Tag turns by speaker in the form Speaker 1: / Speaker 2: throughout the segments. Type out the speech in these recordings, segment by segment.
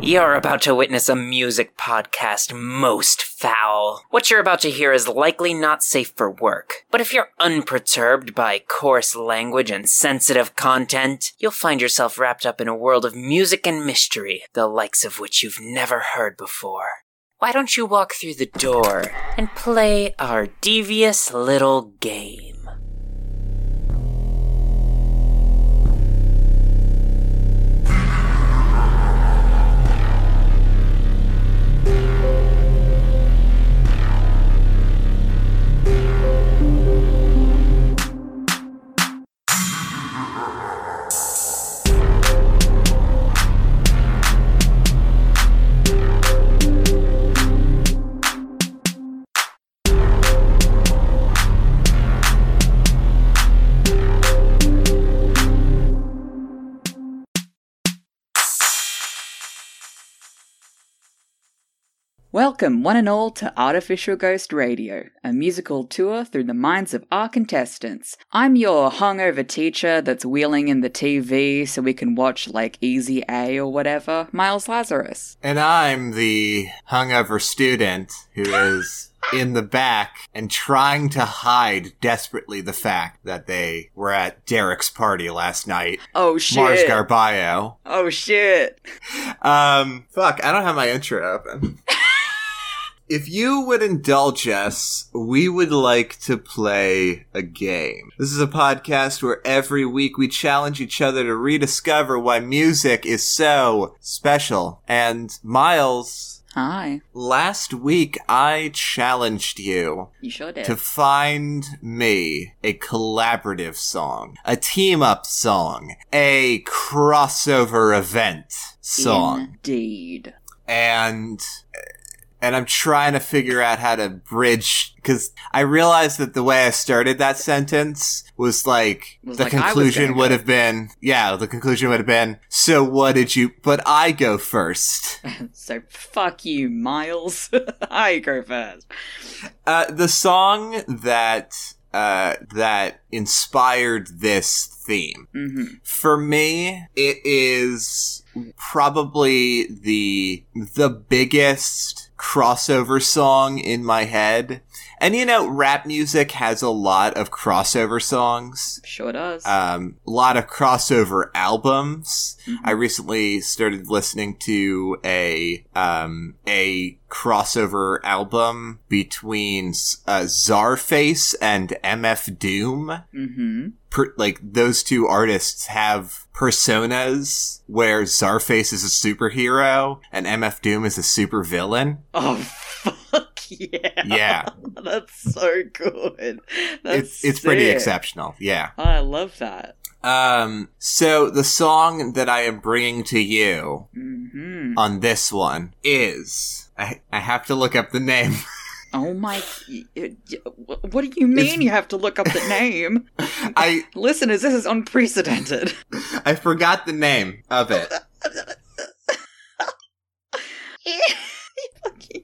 Speaker 1: You're about to witness a music podcast most foul. What you're about to hear is likely not safe for work, but if you're unperturbed by coarse language and sensitive content, you'll find yourself wrapped up in a world of music and mystery, the likes of which you've never heard before. Why don't you walk through the door and play our devious little game?
Speaker 2: Welcome, one and all, to Artificial Ghost Radio, a musical tour through the minds of our contestants. I'm your hungover teacher that's wheeling in the TV so we can watch, like, Easy A or whatever, Miles Lazarus.
Speaker 3: And I'm the hungover student who is in the back and trying to hide desperately the fact that they were at Derek's party last night.
Speaker 2: Oh shit.
Speaker 3: Mars Garbayo.
Speaker 2: oh shit.
Speaker 3: Um, fuck, I don't have my intro open. if you would indulge us, we would like to play a game. This is a podcast where every week we challenge each other to rediscover why music is so special. And Miles,
Speaker 2: Hi.
Speaker 3: last week I challenged you
Speaker 2: You sure did.
Speaker 3: to find me a collaborative song, a team up song, a crossover event song
Speaker 2: Indeed.
Speaker 3: and and I'm trying to figure out how to bridge because I realized that the way I started that sentence was like
Speaker 2: Was
Speaker 3: the
Speaker 2: like, I was
Speaker 3: conclusion
Speaker 2: gonna
Speaker 3: would
Speaker 2: go.
Speaker 3: have been yeah the conclusion would have been so what did you but I go first
Speaker 2: So fuck you, Miles. I go first.
Speaker 3: uh, the song that uh, that inspired this theme
Speaker 2: Mm-hmm.
Speaker 3: For me, it is probably the the biggest crossover song in my head. And you know, rap music has a lot of crossover songs.
Speaker 2: Sure does.
Speaker 3: Um, a lot of crossover albums.
Speaker 2: Mhm.
Speaker 3: I recently started listening to a um, a crossover album between uh, Czarface and MF Doom
Speaker 2: mm-hmm.
Speaker 3: per, like those two artists have personas where Zarface is a superhero and MF Doom is a supervillain.
Speaker 2: Oh fuck yeah.
Speaker 3: Yeah,
Speaker 2: That's so good. That's
Speaker 3: it's it's pretty
Speaker 2: sick.
Speaker 3: exceptional. Yeah.
Speaker 2: I love that.
Speaker 3: Um. So the song that I am bringing to you
Speaker 2: hmm
Speaker 3: on this one is I, I have to look up the name.
Speaker 2: Oh my! y- y- y- What do you mean?
Speaker 3: It's-
Speaker 2: You have to look up the name,
Speaker 3: I
Speaker 2: listeners. This is unprecedented.
Speaker 3: I forgot the name of it.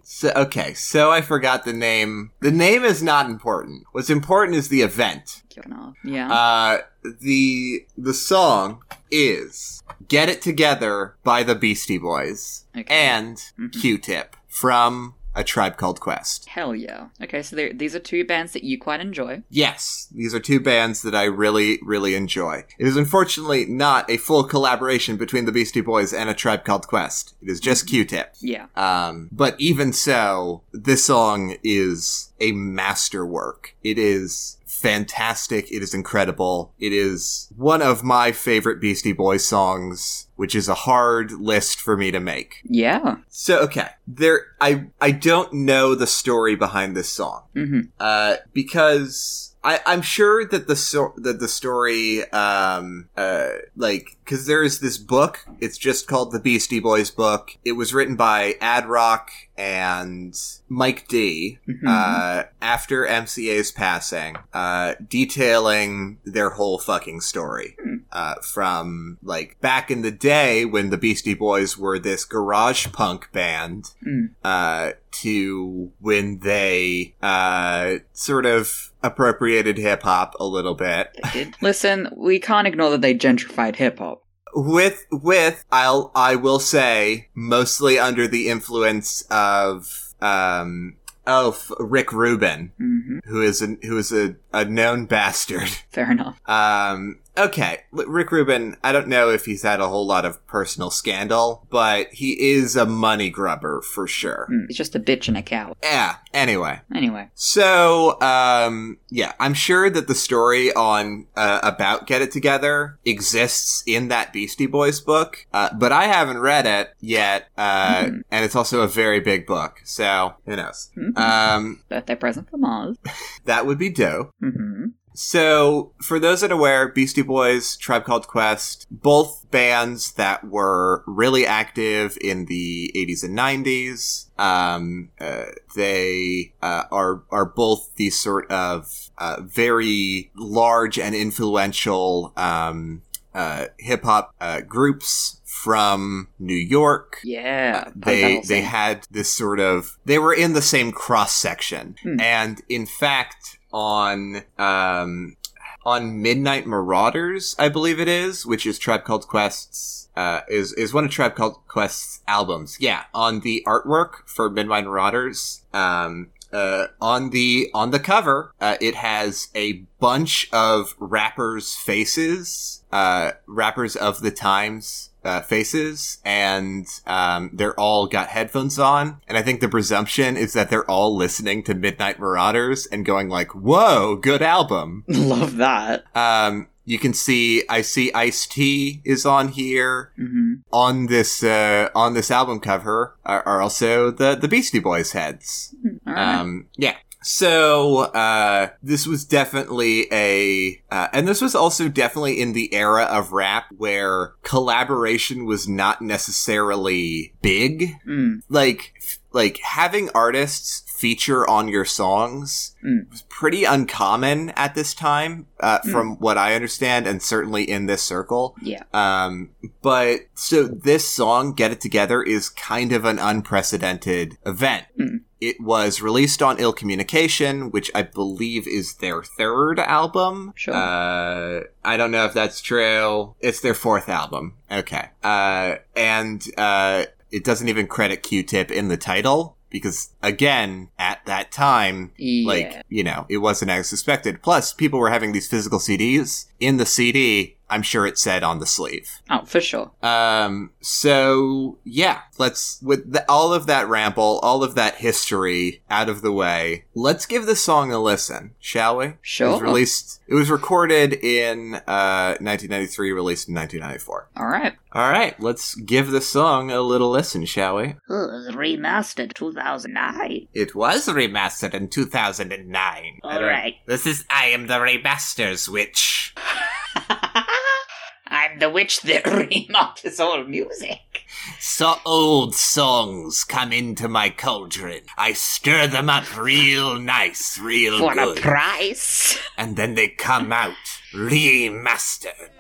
Speaker 3: So okay, so I forgot the name. The name is not important. What's important is the event.
Speaker 2: Good enough. Yeah.
Speaker 3: Uh, the the song is "Get It Together" by the Beastie Boys
Speaker 2: okay.
Speaker 3: Uh, and
Speaker 2: Mhm.
Speaker 3: Q-Tip from A Tribe Called Quest.
Speaker 2: Hell yeah. Okay, so there, these are two bands that you quite enjoy.
Speaker 3: Yes, these are two bands that I really, really enjoy. It is unfortunately not a full collaboration between the Beastie Boys and A Tribe Called Quest. It is just Q-Tip.
Speaker 2: Yeah.
Speaker 3: Um, but even so, this song is a masterwork. It is fantastic. It is incredible. It is one of my favorite Beastie Boys songs, which is a hard list for me to make.
Speaker 2: Yeah.
Speaker 3: So, okay. There, I, I don't know the story behind this song.
Speaker 2: hmm
Speaker 3: Uh, because I, I'm sure that the so- that the story, um, uh, like, because there is this book. It's just called the Beastie Boys book. It was written by Ad Rock and Mike D.
Speaker 2: hmm
Speaker 3: Uh, after MCA's passing, uh, detailing their whole fucking story.
Speaker 2: Hmm.
Speaker 3: Uh, from like back in the day when the Beastie Boys were this garage punk band,
Speaker 2: Hmm.
Speaker 3: uh, to when they uh, sort of appropriated hip hop a little bit.
Speaker 2: Listen, we can't ignore that they gentrified hip hop.
Speaker 3: with with I'll I will say mostly under the influence of um oh f- Rick Rubin
Speaker 2: hmm
Speaker 3: who is an, who is a, a known bastard.
Speaker 2: Fair enough.
Speaker 3: Um, okay, L- Rick Rubin. I don't know if he's had a whole lot of personal scandal, but he is a money grubber for sure.
Speaker 2: Mm, he's just a bitch and a coward.
Speaker 3: Yeah. Anyway.
Speaker 2: Anyway,
Speaker 3: So, um, yeah, I'm sure that the story on uh, about Get It Together exists in that Beastie Boys book, uh, but I haven't read it yet, uh,
Speaker 2: Hmm.
Speaker 3: and it's also a very big book, so who knows?
Speaker 2: Mhm.
Speaker 3: Um,
Speaker 2: birthday present for Mars.
Speaker 3: that would be dope.
Speaker 2: hmm
Speaker 3: So, for those unaware, Beastie Boys, Tribe Called Quest, both bands that were really active in the 80s and 90s. Um, uh, they uh, are are both these sort of uh, very large and influential um, uh, hip hop uh, groups from New York.
Speaker 2: Yeah. Pose that
Speaker 3: Uh, They
Speaker 2: whole
Speaker 3: they
Speaker 2: scene.
Speaker 3: had this sort of they were in the same cross section,
Speaker 2: Hmm.
Speaker 3: and in fact, on um, on Midnight Marauders, I believe it is, which is Tribe Called Quest's uh, is is one of Tribe Called Quest's albums. Yeah, on the artwork for Midnight Marauders, um, uh, on the on the cover, uh, it has a bunch of rappers' faces, uh, rappers of the times. Uh, faces and um, they're all got headphones on and i think the presumption is that they're all listening to midnight marauders and going like whoa good album
Speaker 2: Love that.
Speaker 3: um, you can see I see Ice T is on here
Speaker 2: hmm
Speaker 3: on this uh, on this album cover are, are also the the Beastie Boys heads.
Speaker 2: Mm, All right.
Speaker 3: Um, yeah. So uh, this was definitely a, uh, and this was also definitely in the era of rap where collaboration was not necessarily big
Speaker 2: mm.
Speaker 3: like f- like having artists feature on your songs
Speaker 2: Mm.
Speaker 3: was pretty uncommon at this time uh,
Speaker 2: Mm.
Speaker 3: from what i understand and certainly in this circle
Speaker 2: Yeah.
Speaker 3: um but so this song get it together is kind of an unprecedented event
Speaker 2: Mm.
Speaker 3: It was released on Ill Communication, which I believe is their third album.
Speaker 2: Sure.
Speaker 3: Uh, I don't know if that's true. It's their fourth album. Okay. Uh, and uh, it doesn't even credit Q-Tip in the title because, again, at that time,
Speaker 2: Yeah.
Speaker 3: like you know, it wasn't as expected. Plus, people were having these physical CDs. In the CD, I'm sure it said on the sleeve.
Speaker 2: oh, for sure.
Speaker 3: Um. So yeah, let's with the, all of that ramble, all of that history out of the way. Let's give this song a listen, shall we? It was
Speaker 2: Sure.
Speaker 3: released. It was recorded in uh, 1993, released in 1994.
Speaker 2: All right.
Speaker 3: All right, let's give the song a little listen, shall we?
Speaker 2: remastered 2009.
Speaker 3: It was remastered in 2009.
Speaker 2: All right.
Speaker 3: This is I am the remasters witch.
Speaker 2: I'm the witch that remasters all music.
Speaker 3: So old songs come into my cauldron. I stir them up real nice, real
Speaker 2: For a
Speaker 3: Oh, good,
Speaker 2: price.
Speaker 3: and then they come out remastered.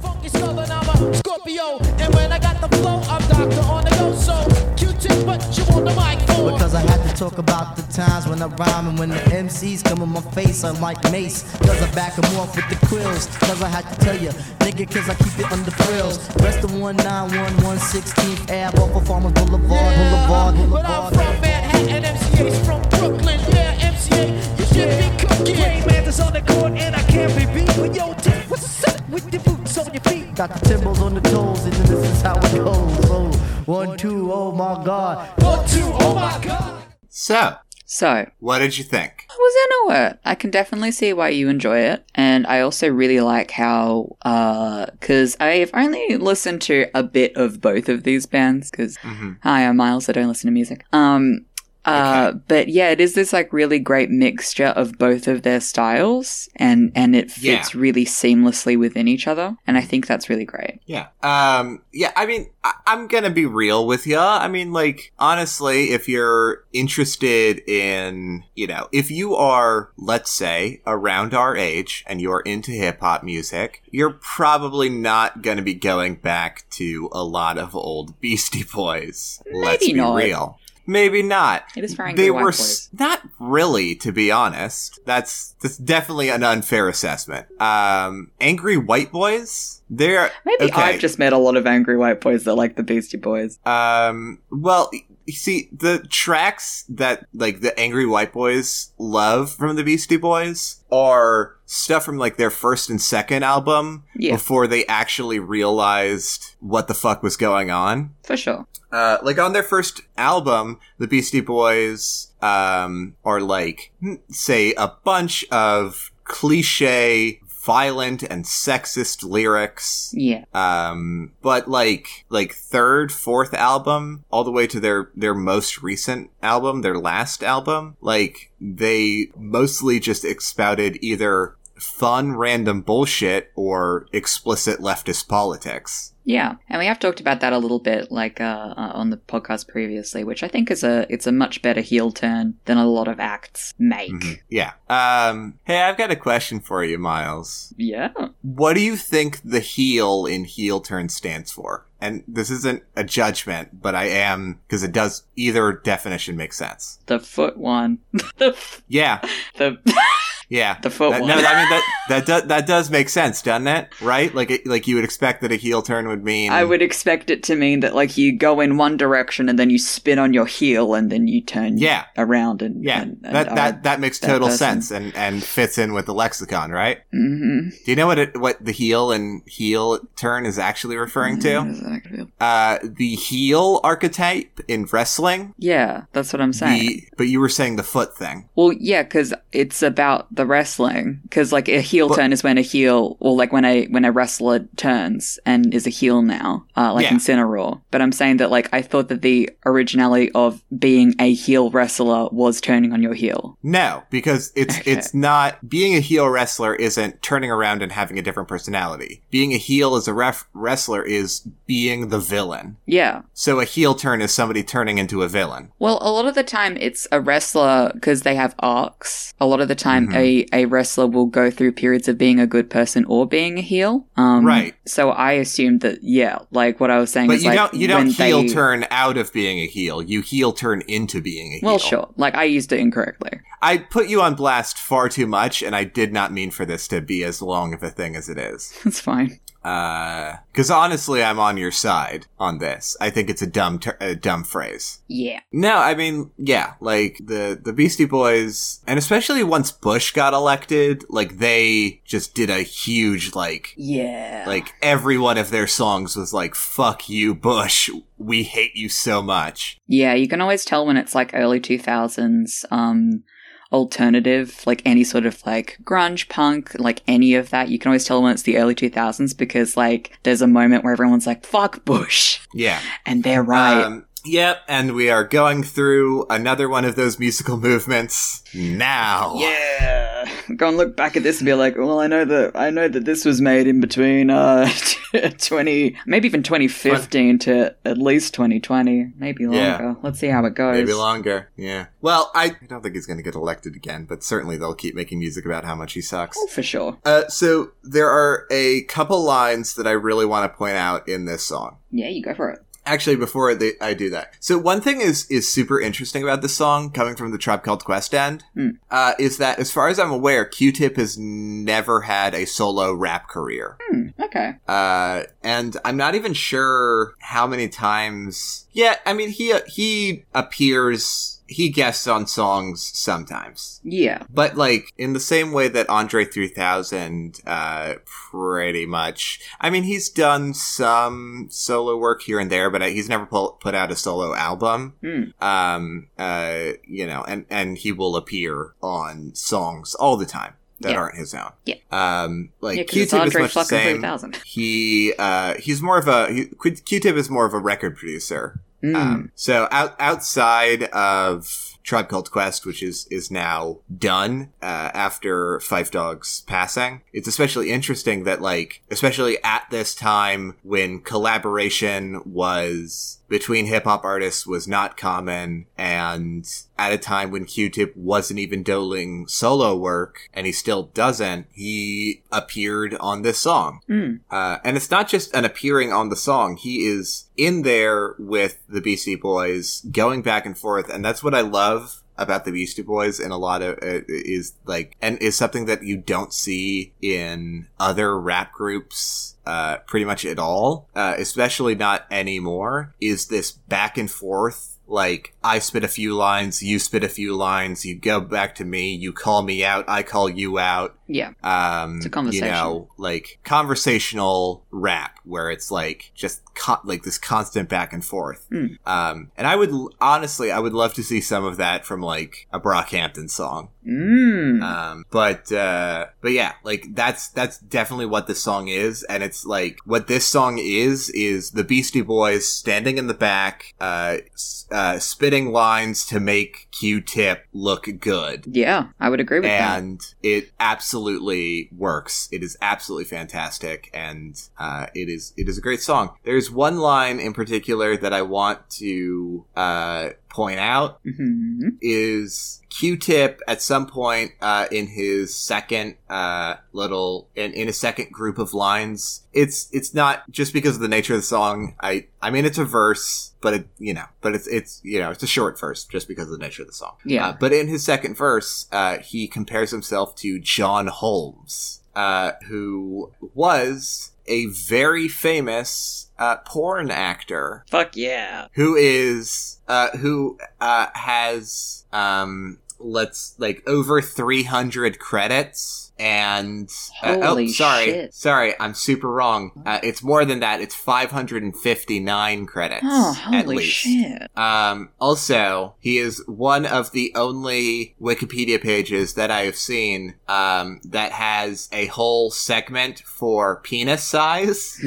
Speaker 4: Funky Southern, I'm a Scorpio. And when I got the flow, I'm Doctor on the go. So Q-tip, what you on the mic for?
Speaker 5: Because I had to talk about the times when I rhyme and when the MCs come in my face, I'm like Mace. Cause I back 'em off with the quills. Cause I had to tell ya, nigga, cause I keep it under frills. Rest of 1911 16th Ave off of Farmers Boulevard, Boulevard, Boulevard.
Speaker 4: But I'm from Manhattan, MCA's from Brooklyn. Yeah, MCA, you should be cooking. Rain Mantis on the court, and I can't be beat. But yo, Tip, what's the set with the boots on your feet?
Speaker 5: Got the timbals on the toes, and this is how it goes. So, one, two, oh my god.
Speaker 4: One, two, oh my god.
Speaker 3: So,
Speaker 2: So,
Speaker 3: what did you think?
Speaker 2: I was into it. I can definitely see why you enjoy it, and I also really like how because I've only listened to a bit of both of these bands. Because hi, I'm Miles. I don't listen to music. Um, uh, but yeah, it is this like really great mixture of both of their styles, and and it fits really seamlessly within each other, and I think that's really great.
Speaker 3: Yeah. Um, yeah, I mean, I- I'm gonna be real with ya. I mean, like, honestly, if you're interested in, you know, if you are, let's say, around our age and you're into hip hop music, you're probably not gonna be going back to a lot of old Beastie Boys. let's
Speaker 2: Maybe
Speaker 3: be
Speaker 2: not.
Speaker 3: real. Maybe not.
Speaker 2: It is Frank
Speaker 3: They
Speaker 2: White
Speaker 3: were
Speaker 2: boys.
Speaker 3: s- not really, to be honest. That's that's definitely an unfair assessment. Um, angry white boys. They're
Speaker 2: Maybe
Speaker 3: okay.
Speaker 2: I've just met a lot of angry white boys that like the Beastie Boys.
Speaker 3: Um, well, you see, the tracks that, like, the Angry White Boys love from the Beastie Boys are stuff from, like, their first and second album
Speaker 2: Yeah.
Speaker 3: before they actually realized what the fuck was going on.
Speaker 2: For sure.
Speaker 3: Uh, like on their first album, the Beastie Boys um, are like hmm, say a bunch of cliche, violent, and sexist lyrics.
Speaker 2: Yeah.
Speaker 3: Um, but like like third, fourth album, all the way to their their most recent album, their last album, like they mostly just expounded either fun random bullshit or explicit leftist politics.
Speaker 2: Yeah. And we have talked about that a little bit, like uh, uh, on the podcast previously, which I think is a it's a much better heel turn than a lot of acts make.
Speaker 3: Mhm. Yeah. Um, hey, I've got a question for you, Miles.
Speaker 2: Yeah.
Speaker 3: What do you think the heel in heel turn stands for? And this isn't a judgment, but I am because it does either definition makes sense.
Speaker 2: The foot one. the f-
Speaker 3: Yeah,
Speaker 2: the
Speaker 3: yeah.
Speaker 2: the foot
Speaker 3: That-
Speaker 2: one.
Speaker 3: no, I mean that that do, that does make sense, doesn't it? Right? Like it, like you would expect that a heel turn would mean.
Speaker 2: I would expect it to mean that like you go in one direction and then you spin on your heel and then you turn
Speaker 3: Yeah.
Speaker 2: around and
Speaker 3: Yeah,
Speaker 2: and, and
Speaker 3: that that that makes
Speaker 2: that
Speaker 3: total
Speaker 2: person.
Speaker 3: sense and and fits in with the lexicon, right?
Speaker 2: hmm
Speaker 3: Do you know what it, what the heel and heel turn is actually referring to?
Speaker 2: Mm-hmm.
Speaker 3: uh, the heel archetype in wrestling.
Speaker 2: Yeah, that's what I'm saying.
Speaker 3: The, but you were saying the foot thing.
Speaker 2: Well, yeah, because it's about the wrestling. Because like a heel
Speaker 3: But-
Speaker 2: turn is when a heel, or like when a when a wrestler turns and is a heel now, uh, like
Speaker 3: Yeah.
Speaker 2: Incineroar. But I'm saying that like I thought that the originality of being a heel wrestler was turning on your heel.
Speaker 3: No, because it's
Speaker 2: Okay.
Speaker 3: it's not being a heel wrestler isn't turning around and having a different personality. Being a heel as a ref- wrestler is being the villain.
Speaker 2: Yeah.
Speaker 3: So a heel turn is somebody turning into a villain.
Speaker 2: Well, a lot of the time it's a wrestler because they have arcs. A lot of the time,
Speaker 3: Mm-hmm.
Speaker 2: a, a wrestler will go through periods of being a good person or being a heel. Um,
Speaker 3: Right.
Speaker 2: So I assumed that, yeah, like what I was saying
Speaker 3: But
Speaker 2: is
Speaker 3: you
Speaker 2: like
Speaker 3: don't you don't
Speaker 2: when
Speaker 3: heel
Speaker 2: they-
Speaker 3: turn out of being a heel. You heel turn into being a heel.
Speaker 2: Well, sure. Like I used it incorrectly.
Speaker 3: I put you on blast far too much, and I did not mean for this to be as long of a thing as it is.
Speaker 2: That's fine.
Speaker 3: because Uh, honestly, I'm on your side on this. I think it's a dumb, ter- a dumb phrase.
Speaker 2: Yeah.
Speaker 3: No, I mean, yeah, like the the Beastie Boys, and especially once Bush got elected, like they just did a huge like.
Speaker 2: Yeah.
Speaker 3: Like every one of their songs was like "fuck you, Bush, we hate you so much."
Speaker 2: yeah, you can always tell when it's like early 2000s um alternative, like any sort of like grunge punk, like any of that. You can always tell when it's the early 2000s because like there's a moment where everyone's like fuck Bush.
Speaker 3: Yeah,
Speaker 2: And they're right.
Speaker 3: Um, yep. And we are going through another one of those musical movements
Speaker 2: Oh.
Speaker 3: now.
Speaker 2: yeah. Go and look back at this and be like, well, I know that I know that this was made in between uh twenty, maybe even twenty fifteen to at least twenty twenty, maybe longer.
Speaker 3: Yeah.
Speaker 2: Let's see how it goes.
Speaker 3: Maybe longer. Yeah. Well, I, I don't think he's going to get elected again, but certainly they'll keep making music about how much he sucks.
Speaker 2: Oh, for sure.
Speaker 3: Uh, so there are a couple lines that I really want to point out in this song.
Speaker 2: Yeah, you go for it.
Speaker 3: Actually, before they, I do that, so one thing is is super interesting about this song, coming from the Tribe Called Quest end,
Speaker 2: Mm.
Speaker 3: uh, is that as far as I'm aware, Q-Tip has never had a solo rap career.
Speaker 2: Hmm, okay.
Speaker 3: Uh, and I'm not even sure how many times. Yeah, I mean he uh, he appears, he guests on songs sometimes,
Speaker 2: Yeah.
Speaker 3: but like in the same way that Andre 3000, uh, pretty much. I mean he's done some solo work here and there, but he's never put put out a solo album.
Speaker 2: Hmm.
Speaker 3: Um, uh, you know, and and he will appear on songs all the time. That
Speaker 2: Yeah.
Speaker 3: aren't his own.
Speaker 2: Yeah.
Speaker 3: Um, like
Speaker 2: Yeah, 'cause
Speaker 3: Q-Tip
Speaker 2: it's
Speaker 3: is
Speaker 2: Andre
Speaker 3: much the
Speaker 2: fucking
Speaker 3: same.
Speaker 2: 3000.
Speaker 3: He uh he's more of a he, Q- Q-Tip is more of a record producer.
Speaker 2: Mm.
Speaker 3: Um so out outside of Tribe Called Quest, which is is now done uh, after Five Dogs passing, it's especially interesting that like especially at this time when collaboration was between hip hop artists was not common and at a time when Q-Tip wasn't even doling solo work and he still doesn't, he appeared on this song.
Speaker 2: Mm.
Speaker 3: Uh, and it's not just an appearing on the song. He is in there with the Beastie Boys, going back and forth, and that's what I love about the Beastie Boys. And a lot of it is like, and is something that you don't see in other rap groups, uh, pretty much at all, uh, especially not anymore. Is this back and forth? Like, I spit a few lines, you spit a few lines, you go back to me, you call me out, I call you out
Speaker 2: Yeah.
Speaker 3: um
Speaker 2: It's a conversation.
Speaker 3: you know like conversational rap where it's like just co- like this constant back and forth
Speaker 2: Hmm.
Speaker 3: um and i would l- honestly i would love to see some of that from like a brockhampton song
Speaker 2: Mm.
Speaker 3: um but uh but yeah like that's that's definitely what this song is and it's like what this song is is the beastie boys standing in the back uh, s- uh spitting lines to make q-tip look good
Speaker 2: yeah, I would agree with that.
Speaker 3: and it absolutely works. It is absolutely fantastic, and uh, it is it is a great song. There's one line in particular that I want to uh, point out
Speaker 2: hmm
Speaker 3: is Q-Tip at some point uh, in his second uh, little in, in a second group of lines. It's it's not just because of the nature of the song. I I mean it's a verse, but it you know, but it's it's you know it's a short verse just because of the nature of the song.
Speaker 2: Yeah.
Speaker 3: Uh, but in his second verse, uh, he compares himself to John Holmes, uh, who was a very famous uh, porn actor
Speaker 1: Fuck yeah.
Speaker 3: who is uh who uh has um let's like over 300 credits and uh, oh
Speaker 2: Holy
Speaker 3: sorry
Speaker 2: shit.
Speaker 3: sorry i'm super wrong uh, it's more than that it's 559 credits
Speaker 2: Oh,
Speaker 3: at
Speaker 2: holy
Speaker 3: least
Speaker 2: shit.
Speaker 3: um, also, he is one of the only Wikipedia pages that I have seen um, that has a whole segment for penis size.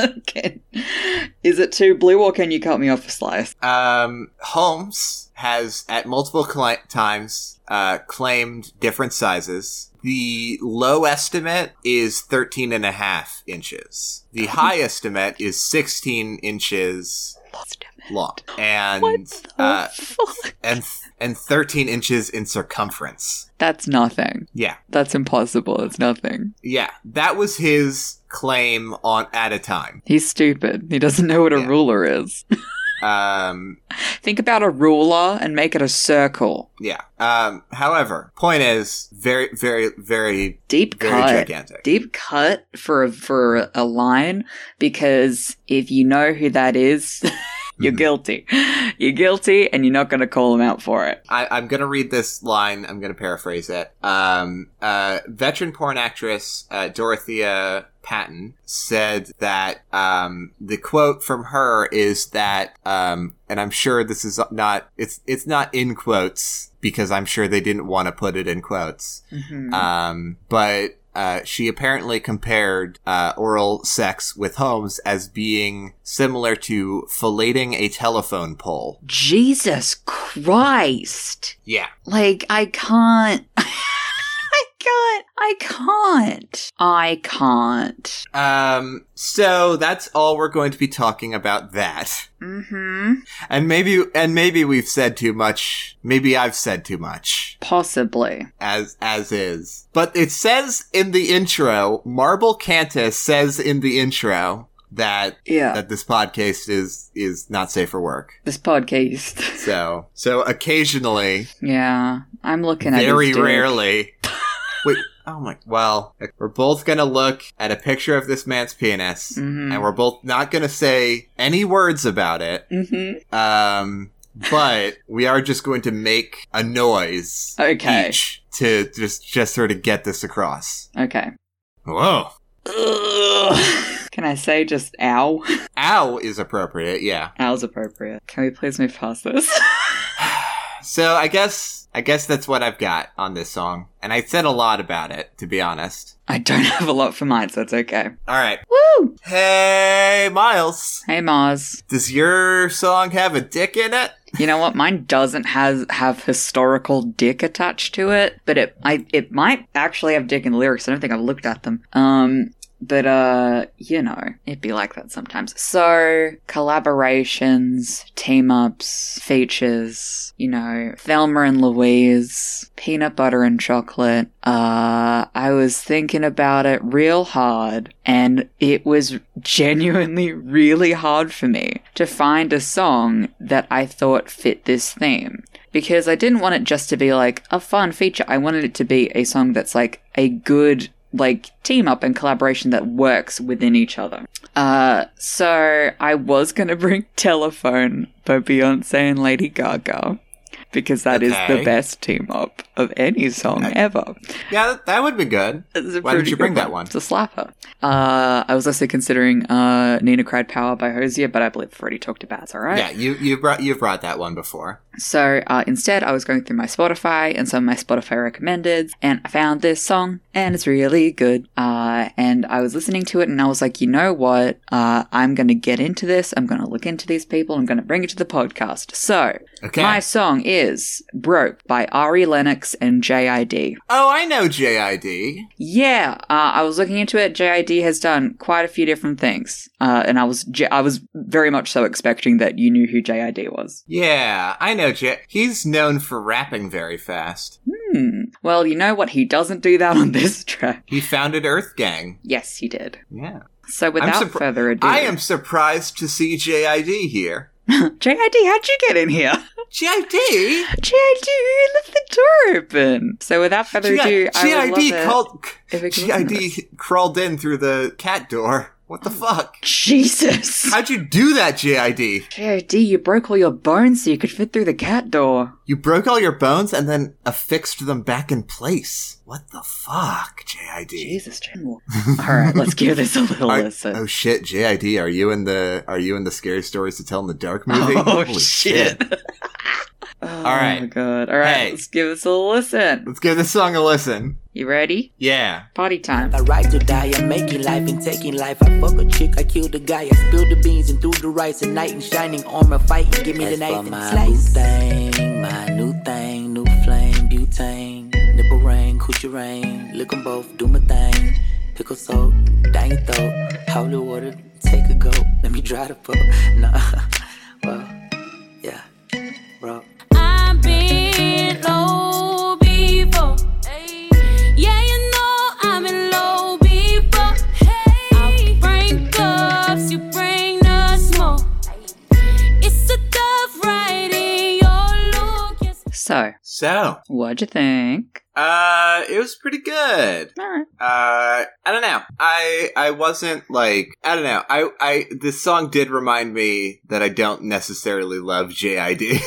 Speaker 2: okay. Is it too blue or can you cut me off a slice?
Speaker 3: Um, Holmes has at multiple cli times uh, claimed different sizes. The low estimate is 13 and a half inches. The high estimate is 16 inches long. And
Speaker 2: What the
Speaker 3: uh,
Speaker 2: fuck?
Speaker 3: and and 13 inches in circumference.
Speaker 2: That's nothing.
Speaker 3: Yeah.
Speaker 2: That's impossible. It's nothing.
Speaker 3: Yeah, that was his claim on at a time.
Speaker 2: He's stupid. He doesn't know what a
Speaker 3: Yeah.
Speaker 2: ruler is.
Speaker 3: Um
Speaker 2: Think about a ruler and make it a circle.
Speaker 3: yeah. Um however, point is very very very
Speaker 2: Deep
Speaker 3: very
Speaker 2: cut.
Speaker 3: gigantic.
Speaker 2: deep cut for a, for a line because if you know who that is, you're
Speaker 3: Mhm.
Speaker 2: guilty. You're guilty, and you're not going to call him out for it.
Speaker 3: I, I'm gonna read this line. I'm gonna paraphrase it. Um, uh, veteran porn actress uh, Dorothea Patton said that um, the quote from her is that, um, and I'm sure this is not. It's it's not in quotes because I'm sure they didn't want to put it in quotes.
Speaker 2: Mm-hmm.
Speaker 3: Um, but uh, she apparently compared uh, oral sex with Holmes as being similar to filleting a telephone pole.
Speaker 2: Jesus Christ!
Speaker 3: Yeah.
Speaker 2: Like I can't. I can't. I can't. I can't.
Speaker 3: Um, so that's all we're going to be talking about that.
Speaker 2: Mm-hmm.
Speaker 3: And maybe, and maybe we've said too much. Maybe I've said too much
Speaker 2: Possibly.
Speaker 3: as, as is. But it says in the intro, Marble Cantus says in the intro that,
Speaker 2: Yeah.
Speaker 3: that this podcast is, is not safe for work.
Speaker 2: This podcast.
Speaker 3: So, so occasionally,
Speaker 2: yeah. I'm looking at
Speaker 3: very
Speaker 2: his dick.
Speaker 3: rarely. Wait. Oh my. Well, we're both gonna look at a picture of this man's penis,
Speaker 2: Mhm.
Speaker 3: and we're both not gonna say any words about it.
Speaker 2: Mhm.
Speaker 3: Um, but we are just going to make a noise.
Speaker 2: Okay.
Speaker 3: Each to just just sort of get this across.
Speaker 2: Okay.
Speaker 3: Whoa.
Speaker 2: Can I say just ow?
Speaker 3: Ow is appropriate. Yeah.
Speaker 2: Ow's appropriate. Can we please move past this?
Speaker 3: So I guess I guess that's what I've got on this song, and I said a lot about it to be honest.
Speaker 2: I don't have a lot for mine, so it's okay.
Speaker 3: All right.
Speaker 2: Woo!
Speaker 3: Hey, Miles.
Speaker 2: Hey Mars.
Speaker 3: Does your song have a dick in it?
Speaker 2: You know what? Mine doesn't has have historical dick attached to it, but it I it might actually have dick in the lyrics. I don't think I've looked at them. Um But, uh, you know, it'd be like that sometimes. So, collaborations, team ups, features, you know, Thelma and Louise, peanut butter and chocolate. Uh, I was thinking about it real hard, and it was genuinely really hard for me to find a song that I thought fit this theme because I didn't want it just to be like a fun feature. I wanted it to be a song that's like a good like team up and collaboration that works within each other. Uh, so I was gonna bring Telephone by Beyonce and Lady Gaga because that is
Speaker 3: Okay.
Speaker 2: the best team up of any song ever.
Speaker 3: Yeah, that, that would be good.
Speaker 2: It's a
Speaker 3: Why didn't
Speaker 2: pretty
Speaker 3: you bring
Speaker 2: good
Speaker 3: that one?
Speaker 2: It's a slapper. Uh, I was also considering uh, Nina Cried Power by Hosier, but I believe I've already talked about it, so, right?
Speaker 3: Yeah, you you brought you've brought that one before.
Speaker 2: So uh, instead, I was going through my Spotify and some of my Spotify recommendeds, and I found this song, and it's really good. Uh, and I was listening to it, and I was like, you know what? Uh, I'm going to get into this. I'm going to look into these people. I'm going to bring it to the podcast. So
Speaker 3: Okay.
Speaker 2: my song is Broke by Ari Lennox and JID.
Speaker 3: Oh, I know JID.
Speaker 2: Yeah, uh, I was looking into it. JID has done quite a few different things, uh, and I was j- I was very much so expecting that you knew who JID was.
Speaker 3: Yeah, I know J. He's known for rapping very fast.
Speaker 2: Hmm. Well, you know what? He doesn't do that on this track.
Speaker 3: He founded Earth Gang.
Speaker 2: Yes, he did.
Speaker 3: Yeah.
Speaker 2: So without
Speaker 3: surpri-
Speaker 2: further ado,
Speaker 3: I am surprised to see JID here.
Speaker 2: JID. How'd you get in here?
Speaker 3: JID?
Speaker 2: JID, you left the door open. So without further ado, I would love
Speaker 3: JID
Speaker 2: it
Speaker 3: called
Speaker 2: if we can listen to
Speaker 3: JID crawled in through the cat door. What the fuck?
Speaker 2: Jesus.
Speaker 3: How'd you do that, JID?
Speaker 2: JID, you broke all your bones so you could fit through the cat door.
Speaker 3: You broke all your bones and then affixed them back in place. What the fuck, JID?
Speaker 2: Jesus, General. all right, let's give this a little
Speaker 3: Are-
Speaker 2: listen.
Speaker 3: oh shit, JID, are you in the are you in the scary stories to tell in the dark movie?
Speaker 2: Oh,
Speaker 3: Holy
Speaker 2: shit. all
Speaker 3: right.
Speaker 2: Oh, God. All right,
Speaker 3: Hey.
Speaker 2: let's give this a listen.
Speaker 3: Let's give this song a listen.
Speaker 2: You ready?
Speaker 3: Yeah.
Speaker 2: Party time.
Speaker 6: I ride to die, I'm making life and taking life. I fuck a chick, I kill the guy, I spill the beans and threw the rice. A knight in shining armor fighting, give me the knife and
Speaker 7: my
Speaker 6: slice. thing, my new thing, new flame, butane, nipple rain, coochie rain. Lick 'em both, do my thing. Pickle soap, dang though, holy water, take a go. Let me dry the book. Nah, well, yeah, bro.
Speaker 8: I've been low before. Yeah, you know I'm in low before. I bring cups, you bring the smoke. It's a tough ride in your look. Yes.
Speaker 2: So,
Speaker 3: So,
Speaker 2: what'd you think?
Speaker 3: uh, it was pretty good.
Speaker 2: All right.
Speaker 3: Uh, I don't know. I I wasn't like I don't know. I I this song did remind me that I don't necessarily love JID.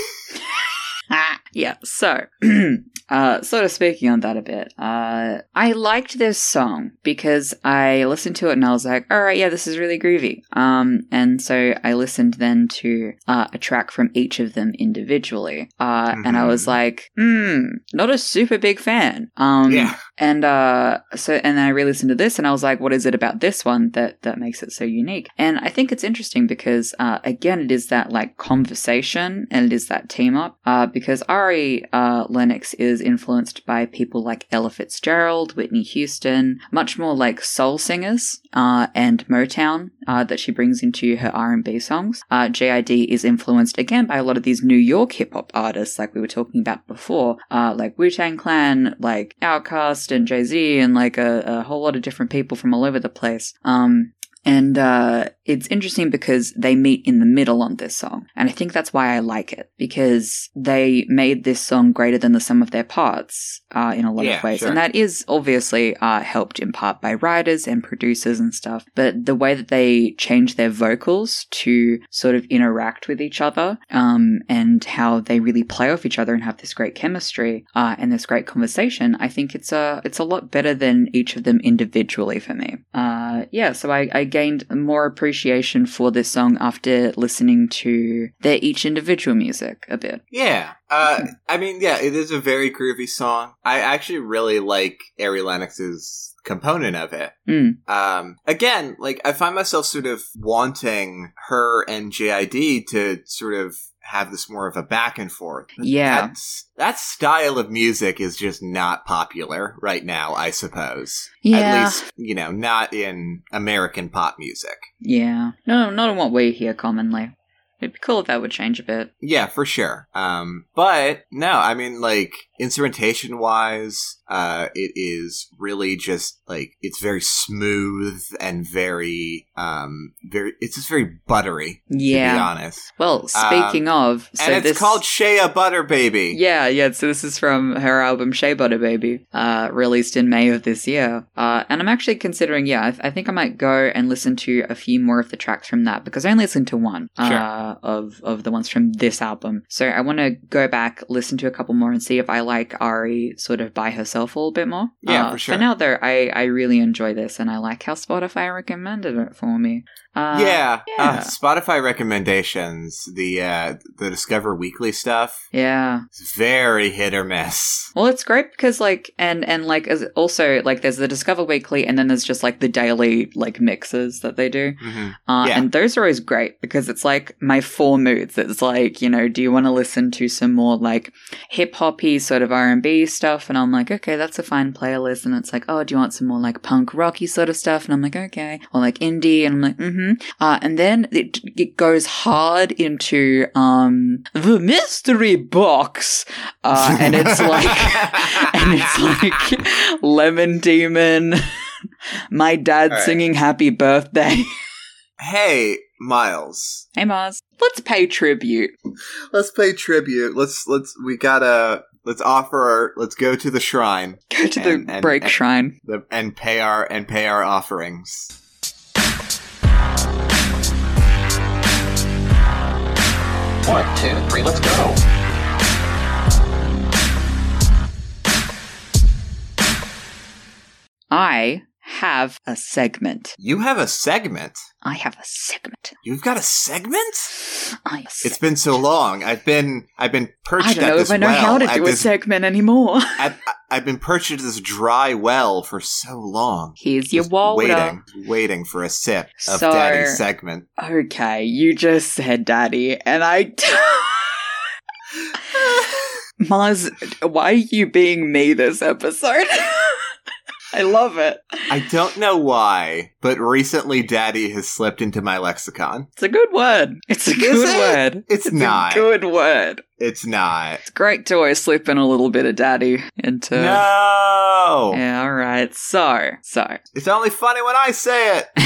Speaker 2: Ah, yeah. So, uh, sort of speaking on that a bit, uh, I liked this song because I listened to it and I was like, all right, yeah, this is really groovy. Um, and so I listened then to uh, a track from each of them individually. Uh, And I was like, hmm, not a super big fan. Um,
Speaker 3: yeah.
Speaker 2: and uh so and then i re-listened to this and i was like what is it about this one that that makes it so unique and i think it's interesting because uh again it is that like conversation and it is that team up uh because ari uh lennox is influenced by people like ella fitzgerald whitney houston much more like soul singers uh and motown uh that she brings into her r&b songs uh jid is influenced again by a lot of these new york hip-hop artists like we were talking about before uh like wu-tang clan like outkast and jay-z and like a, a whole lot of different people from all over the place um and uh, it's interesting because they meet in the middle on this song. And I think that's why I like it, because they made this song greater than the sum of their parts uh, in a lot
Speaker 3: Yeah,
Speaker 2: of ways.
Speaker 3: sure.
Speaker 2: And that is obviously uh, helped in part by writers and producers and stuff. But the way that they change their vocals to sort of interact with each other um, and how they really play off each other and have this great chemistry uh, and this great conversation, I think it's a, it's a lot better than each of them individually for me. Uh, yeah, so I, I gained more appreciation for this song after listening to their each individual music a bit.
Speaker 3: Yeah. Uh, I mean, yeah, it is a very groovy song. I actually really like Ari Lennox's component of it.
Speaker 2: Mm.
Speaker 3: Um, again, like, I find myself sort of wanting her and JID to sort of have this more of a back and forth.
Speaker 2: Yeah.
Speaker 3: That's, that style of music is just not popular right now, I suppose. At
Speaker 2: Yeah.
Speaker 3: least, you know, not in American pop music.
Speaker 2: Yeah. No, not in what we hear commonly. It'd be cool if that would change a bit.
Speaker 3: Yeah, for sure. Um, but no, I mean, like instrumentation wise, uh, it is really just like it's very smooth and very, um, very. It's just very buttery. To be
Speaker 2: Yeah.
Speaker 3: honest, Um,
Speaker 2: Well, speaking of, so
Speaker 3: and it's
Speaker 2: this
Speaker 3: called Shea Butter Baby.
Speaker 2: Yeah, yeah. So this is from her album Shea Butter Baby, uh, released in May of this year. Uh, and I'm actually considering, yeah, I, th- I think I might go and listen to a few more of the tracks from that because I only listened to one uh, of of the ones from this album. So I want to go back, listen to a couple more, and see if I like Ari sort of by herself a little bit more.
Speaker 3: Yeah,
Speaker 2: Uh,
Speaker 3: for sure.
Speaker 2: For now, though, I I really enjoy this, and I like how Spotify recommended it for me. Uh,
Speaker 3: yeah.
Speaker 2: yeah.
Speaker 3: Uh, Spotify recommendations, the uh, the Discover Weekly stuff,
Speaker 2: Yeah.
Speaker 3: is very hit or miss.
Speaker 2: Well, it's great because like and and like as also like there's the Discover Weekly and then there's just like the daily like mixes that they do.
Speaker 3: Mhm.
Speaker 2: Uh,
Speaker 3: Yeah.
Speaker 2: And those are always great because it's like my four moods. It's like you know, do you want to listen to some more like hip hoppy sort of R and B stuff? And I'm like, okay, that's a fine playlist. And it's like, oh, do you want some more like punk rocky sort of stuff? And I'm like, okay, or like indie. And I'm like, mm-hmm. Uh, and then it, it goes hard into um the mystery box, uh, and it's like and it's like Lemon Demon, my dad
Speaker 3: All right.
Speaker 2: singing Happy Birthday.
Speaker 3: hey, Miles.
Speaker 2: Hey Mars, let's pay tribute.
Speaker 3: let's pay tribute. Let's let's we gotta let's offer our let's go to the shrine
Speaker 2: Go to the
Speaker 3: And- and-
Speaker 2: break
Speaker 3: and-
Speaker 2: shrine.
Speaker 3: the, and pay our and pay our offerings.
Speaker 7: One, two, three, let's go.
Speaker 2: I have a segment.
Speaker 3: You have a segment.
Speaker 2: I have a segment.
Speaker 3: You've got a segment.
Speaker 2: I.
Speaker 3: It's been so long. I've been I've been perched
Speaker 2: I don't
Speaker 3: at
Speaker 2: know
Speaker 3: this
Speaker 2: if I know
Speaker 3: well.
Speaker 2: how to
Speaker 3: at
Speaker 2: do a
Speaker 3: this,
Speaker 2: segment anymore.
Speaker 3: at- I've been perched at this dry well for so long.
Speaker 2: Here's your
Speaker 3: Just
Speaker 2: water.
Speaker 3: Waiting, waiting for a sip of
Speaker 2: So-
Speaker 3: daddy's segment.
Speaker 2: Okay, you just said daddy, and I. Mars, why are you being me this episode? I love it.
Speaker 3: I don't know why, but recently daddy has slipped into my lexicon.
Speaker 2: It's a good word. It's a good
Speaker 3: it?
Speaker 2: word.
Speaker 3: It's not.
Speaker 2: a good word.
Speaker 3: It's not.
Speaker 2: It's great to always slip in a little bit of daddy into.
Speaker 3: No.
Speaker 2: Yeah, all right. So, so
Speaker 3: It's only funny when I say it.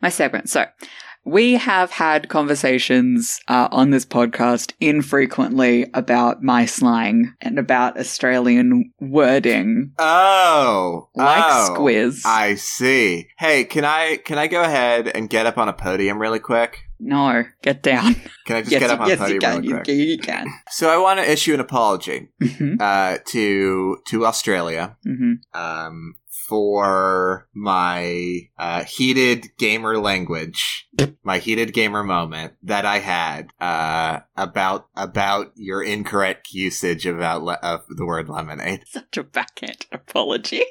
Speaker 2: my segment. So, we have had conversations uh, on this podcast infrequently about my slang and about Australian wording,
Speaker 3: Oh,
Speaker 2: like
Speaker 3: oh.
Speaker 2: squiz.
Speaker 3: I see. Hey, can I can I go ahead and get up on a podium really quick?
Speaker 2: no, get down.
Speaker 3: Can I just
Speaker 2: yes,
Speaker 3: get up on
Speaker 2: yes,
Speaker 3: a
Speaker 2: you can.
Speaker 3: podium really
Speaker 2: You,
Speaker 3: quick?
Speaker 2: can- you can.
Speaker 3: So I want to issue an apology
Speaker 2: Mhm,
Speaker 3: uh, to to Australia
Speaker 2: mhm.
Speaker 3: um, for my uh, heated gamer language, my heated gamer moment that I had uh, about about your incorrect usage about le- of the word lemonade.
Speaker 2: Such a backhanded apology.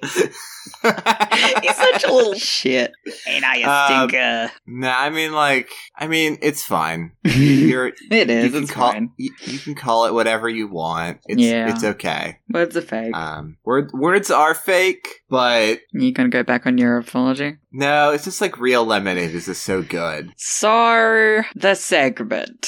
Speaker 2: You're such a little shit. Ain't I
Speaker 3: Um,
Speaker 2: a
Speaker 3: Nah, I mean, like, I mean, it's fine.
Speaker 2: stinker?
Speaker 3: You're,
Speaker 2: it
Speaker 3: you
Speaker 2: is.
Speaker 3: can
Speaker 2: It's
Speaker 3: call
Speaker 2: fine.
Speaker 3: You, you can call it whatever you want. It's
Speaker 2: Yeah.
Speaker 3: it's okay.
Speaker 2: Words are fake.
Speaker 3: Um, word, words are fake, but
Speaker 2: you gonna go back on your apology?
Speaker 3: no, it's just like real lemonade is just so good.
Speaker 2: So the segment.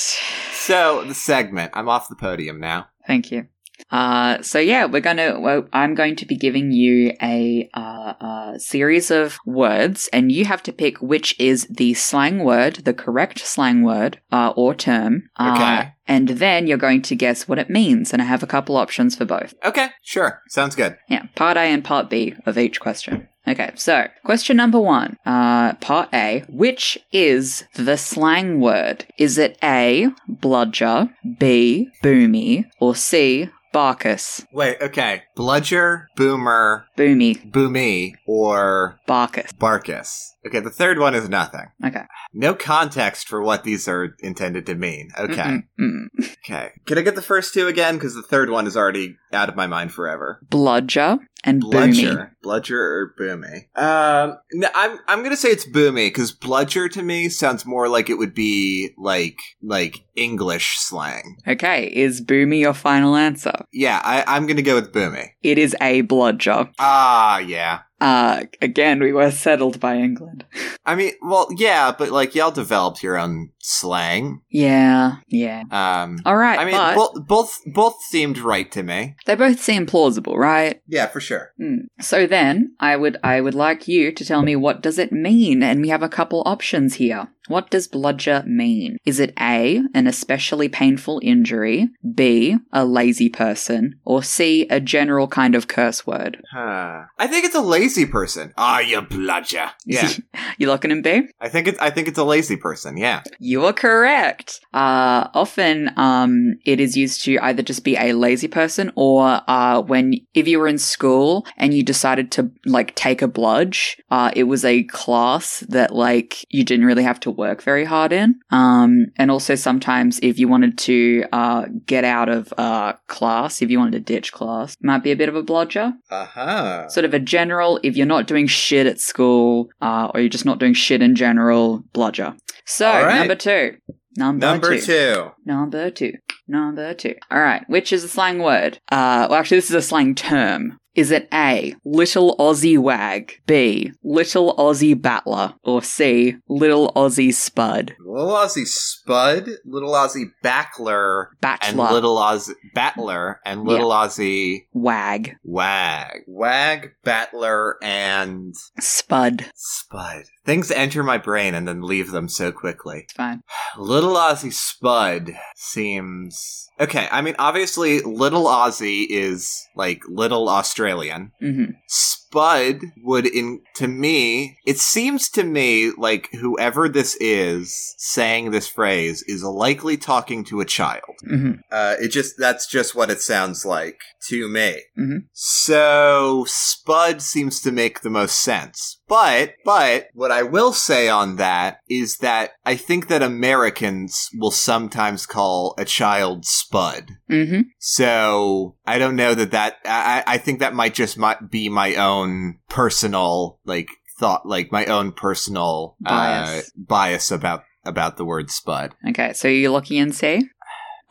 Speaker 3: So the segment, I'm off the podium now.
Speaker 2: Thank you. Uh, so yeah, we're gonna. Well, I'm going to be giving you a, uh, uh series of words, and you have to pick which is the slang word, the correct slang word uh, or term. Uh,
Speaker 3: Okay.
Speaker 2: And then you're going to guess what it means, and I have a couple options for both.
Speaker 3: Okay, sure, sounds good.
Speaker 2: Yeah, part A and part B of each question. Okay, so question number one, uh, part A, which is the slang word? Is it A, bludger, B, boomy, or C, barkus?
Speaker 3: Wait, okay, bludger, boomer,
Speaker 2: Boomy,
Speaker 3: boomy, or
Speaker 2: barkus.
Speaker 3: barkus. Okay, the third one is nothing.
Speaker 2: Okay.
Speaker 3: No context for what these are intended to mean. Okay.
Speaker 2: Mm, mm, mm.
Speaker 3: Okay. Can I get the first two again? Because the third one is already out of my mind forever.
Speaker 2: Bludger and Boomy.
Speaker 3: Bludger, Bludger or Boomy? Um, no, I'm I'm gonna say it's Boomy because Bludger to me sounds more like it would be like like English slang.
Speaker 2: Okay, is Boomy your final answer?
Speaker 3: Yeah, I, I'm gonna go with Boomy.
Speaker 2: It is a bludger.
Speaker 3: Ah, yeah.
Speaker 2: Uh, again, we were settled by England.
Speaker 3: I mean, well, yeah, but like y'all developed your own slang.
Speaker 2: Yeah, yeah.
Speaker 3: Um,
Speaker 2: All right,
Speaker 3: I mean,
Speaker 2: but
Speaker 3: both both both seemed right to me.
Speaker 2: they both seem plausible, right?
Speaker 3: Yeah, for sure.
Speaker 2: Hmm. So then, I would I would like you to tell me what does it mean, and we have a couple options here. What does bludger mean? Is it A, an especially painful injury, B, a lazy person, or C, a general kind of curse word?
Speaker 3: Huh. I think it's a lazy person. Ah, you bludger. Yeah,
Speaker 2: you looking in B?
Speaker 3: I think it's I think it's a lazy person. Yeah.
Speaker 2: You are correct. Uh, often, um, it is used to either just be a lazy person or, uh, when, if you were in school and you decided to, like, take a bludge, uh, it was a class that, like, you didn't really have to work very hard in. Um, and also sometimes if you wanted to, uh, get out of, uh, class, if you wanted to ditch class, might be a bit of a bludger
Speaker 3: Uh huh.
Speaker 2: sort of a general if you're not doing shit at school uh, or you're just not doing shit in general bludger so
Speaker 3: All right.
Speaker 2: number two number,
Speaker 3: Number two.
Speaker 2: number two number two all right which is a slang word uh, well actually this is a slang term is it A, Little Aussie Wag, B, Little Aussie Battler, or C, Little Aussie Spud?
Speaker 3: Little Aussie Spud, Little Aussie Backler, and
Speaker 2: Battler.
Speaker 3: Little Aussie Battler, and Little Aussie
Speaker 2: Wag.
Speaker 3: Wag. Wag, Battler, and
Speaker 2: Spud.
Speaker 3: Spud. Things enter my brain and then leave them so quickly.
Speaker 2: It's fine.
Speaker 3: Little Aussie Spud seems. Okay, I mean, obviously, Little Aussie is like Little Australian.
Speaker 2: hmm
Speaker 3: Spud would in to me it seems to me like whoever this is saying this phrase is likely talking to a child.
Speaker 2: hmm
Speaker 3: Uh it just that's just what it sounds like to me.
Speaker 2: Mhm.
Speaker 3: So Spud seems to make the most sense. But but what I will say on that is that I think that Americans will sometimes call a child Spud.
Speaker 2: hmm
Speaker 3: So I don't know that that I, I I think that might just might be my own personal like thought, like my own personal
Speaker 2: Bias.
Speaker 3: uh, bias about about the word spud.
Speaker 2: Okay, so you're looking in C?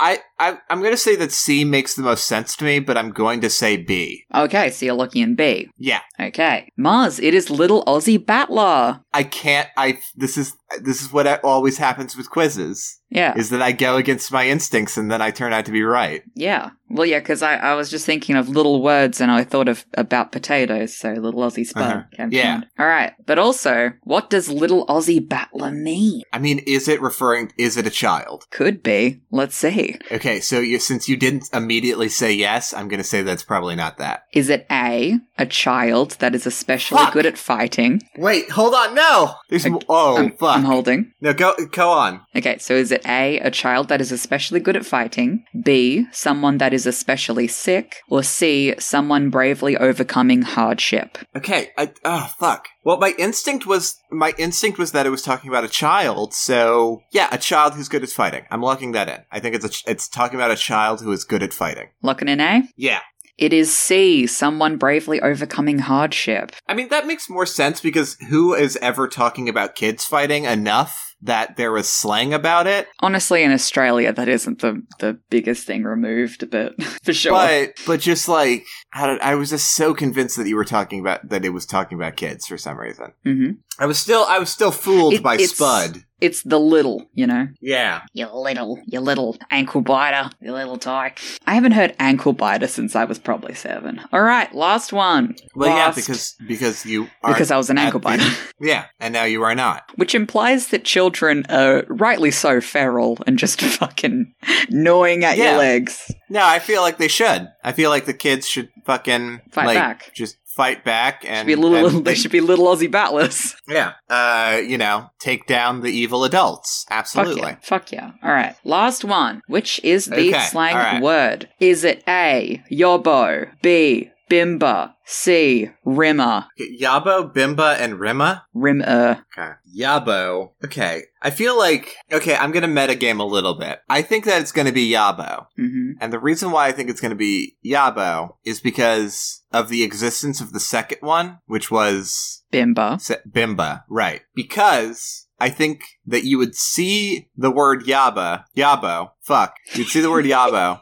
Speaker 3: I, I I'm going to say that C makes the most sense to me, but I'm going to say B.
Speaker 2: Okay, so you're looking in B.
Speaker 3: Yeah,
Speaker 2: Okay. Mars, it is Little Aussie Battler.
Speaker 3: I can't. I this is this is what always happens with quizzes
Speaker 2: Yeah.
Speaker 3: is that I go against my instincts and then I turn out to be right.
Speaker 2: yeah. Well, yeah, because I, I was just thinking of little words and I thought of about potatoes, so Little Aussie Spud
Speaker 3: Uh-huh.
Speaker 2: came to
Speaker 3: Yeah.
Speaker 2: mind. All right. But also, what does Little Aussie Battler mean?
Speaker 3: I mean, is it referring? Is it a child?
Speaker 2: Could be. Let's see.
Speaker 3: Okay, so you, since you didn't immediately say yes, I'm going to say that's probably not that.
Speaker 2: Is it A, a child that is especially
Speaker 3: Fuck.
Speaker 2: good at fighting?
Speaker 3: Wait, hold on, no. There's m- oh
Speaker 2: I'm,
Speaker 3: fuck.
Speaker 2: I'm holding.
Speaker 3: no, go go on.
Speaker 2: Okay, so is it A, a child that is especially good at fighting, B, someone that is especially sick, or C, someone bravely overcoming hardship?
Speaker 3: Okay, I, oh fuck. Well, my instinct was my instinct was that it was talking about a child. So yeah, a child who's good at fighting. I'm locking that in. I think it's a, ch- it's talking about a child who is good at fighting.
Speaker 2: Looking in A?
Speaker 3: Yeah,
Speaker 2: It is C, someone bravely overcoming hardship.
Speaker 3: I mean that makes more sense because who is ever talking about kids fighting enough that there was slang about it?
Speaker 2: Honestly, in Australia, that isn't the, the biggest thing removed, but for sure.
Speaker 3: But but just like I, don't, I was just so convinced that you were talking about that it was talking about kids for some reason.
Speaker 2: hmm
Speaker 3: I was still I was still fooled
Speaker 2: It-
Speaker 3: by
Speaker 2: it's-
Speaker 3: Spud.
Speaker 2: It's the little, you know?
Speaker 3: Yeah.
Speaker 2: You little, you little ankle biter, you little tyke. I haven't heard ankle biter since I was probably seven. All right, last one.
Speaker 3: Well,
Speaker 2: last,
Speaker 3: yeah, because because you are
Speaker 2: because I was an
Speaker 3: at
Speaker 2: ankle
Speaker 3: the-
Speaker 2: biter.
Speaker 3: yeah, and now you are not.
Speaker 2: which implies that children are rightly so feral and just fucking gnawing at
Speaker 3: Yeah.
Speaker 2: your legs.
Speaker 3: No, I feel like they should. I feel like the kids should fucking
Speaker 2: Fight
Speaker 3: like,
Speaker 2: back.
Speaker 3: Just fight back and
Speaker 2: Should be little,
Speaker 3: and-
Speaker 2: they should be little Aussie battlers.
Speaker 3: yeah, uh, you know, take down the evil adults.
Speaker 2: Fuck
Speaker 3: Absolutely.
Speaker 2: yeah. Fuck yeah. All right. Last one. Which is the
Speaker 3: Okay,
Speaker 2: slang
Speaker 3: all right.
Speaker 2: word? Is it A, yobbo, B, Bimba. C. Rimmer.
Speaker 3: Okay, Yabo, Bimba, and Rima.
Speaker 2: Rimmer.
Speaker 3: Okay. Yabo. Okay. I feel like okay, I'm gonna metagame a little bit. I think that it's gonna be Yabo.
Speaker 2: hmm
Speaker 3: And the reason why I think it's gonna be Yabo is because of the existence of the second one, which was
Speaker 2: Bimba.
Speaker 3: Se- Bimba, right. Because I think that you would see the word Yaba, Yabo, fuck. You'd see the word Yabo,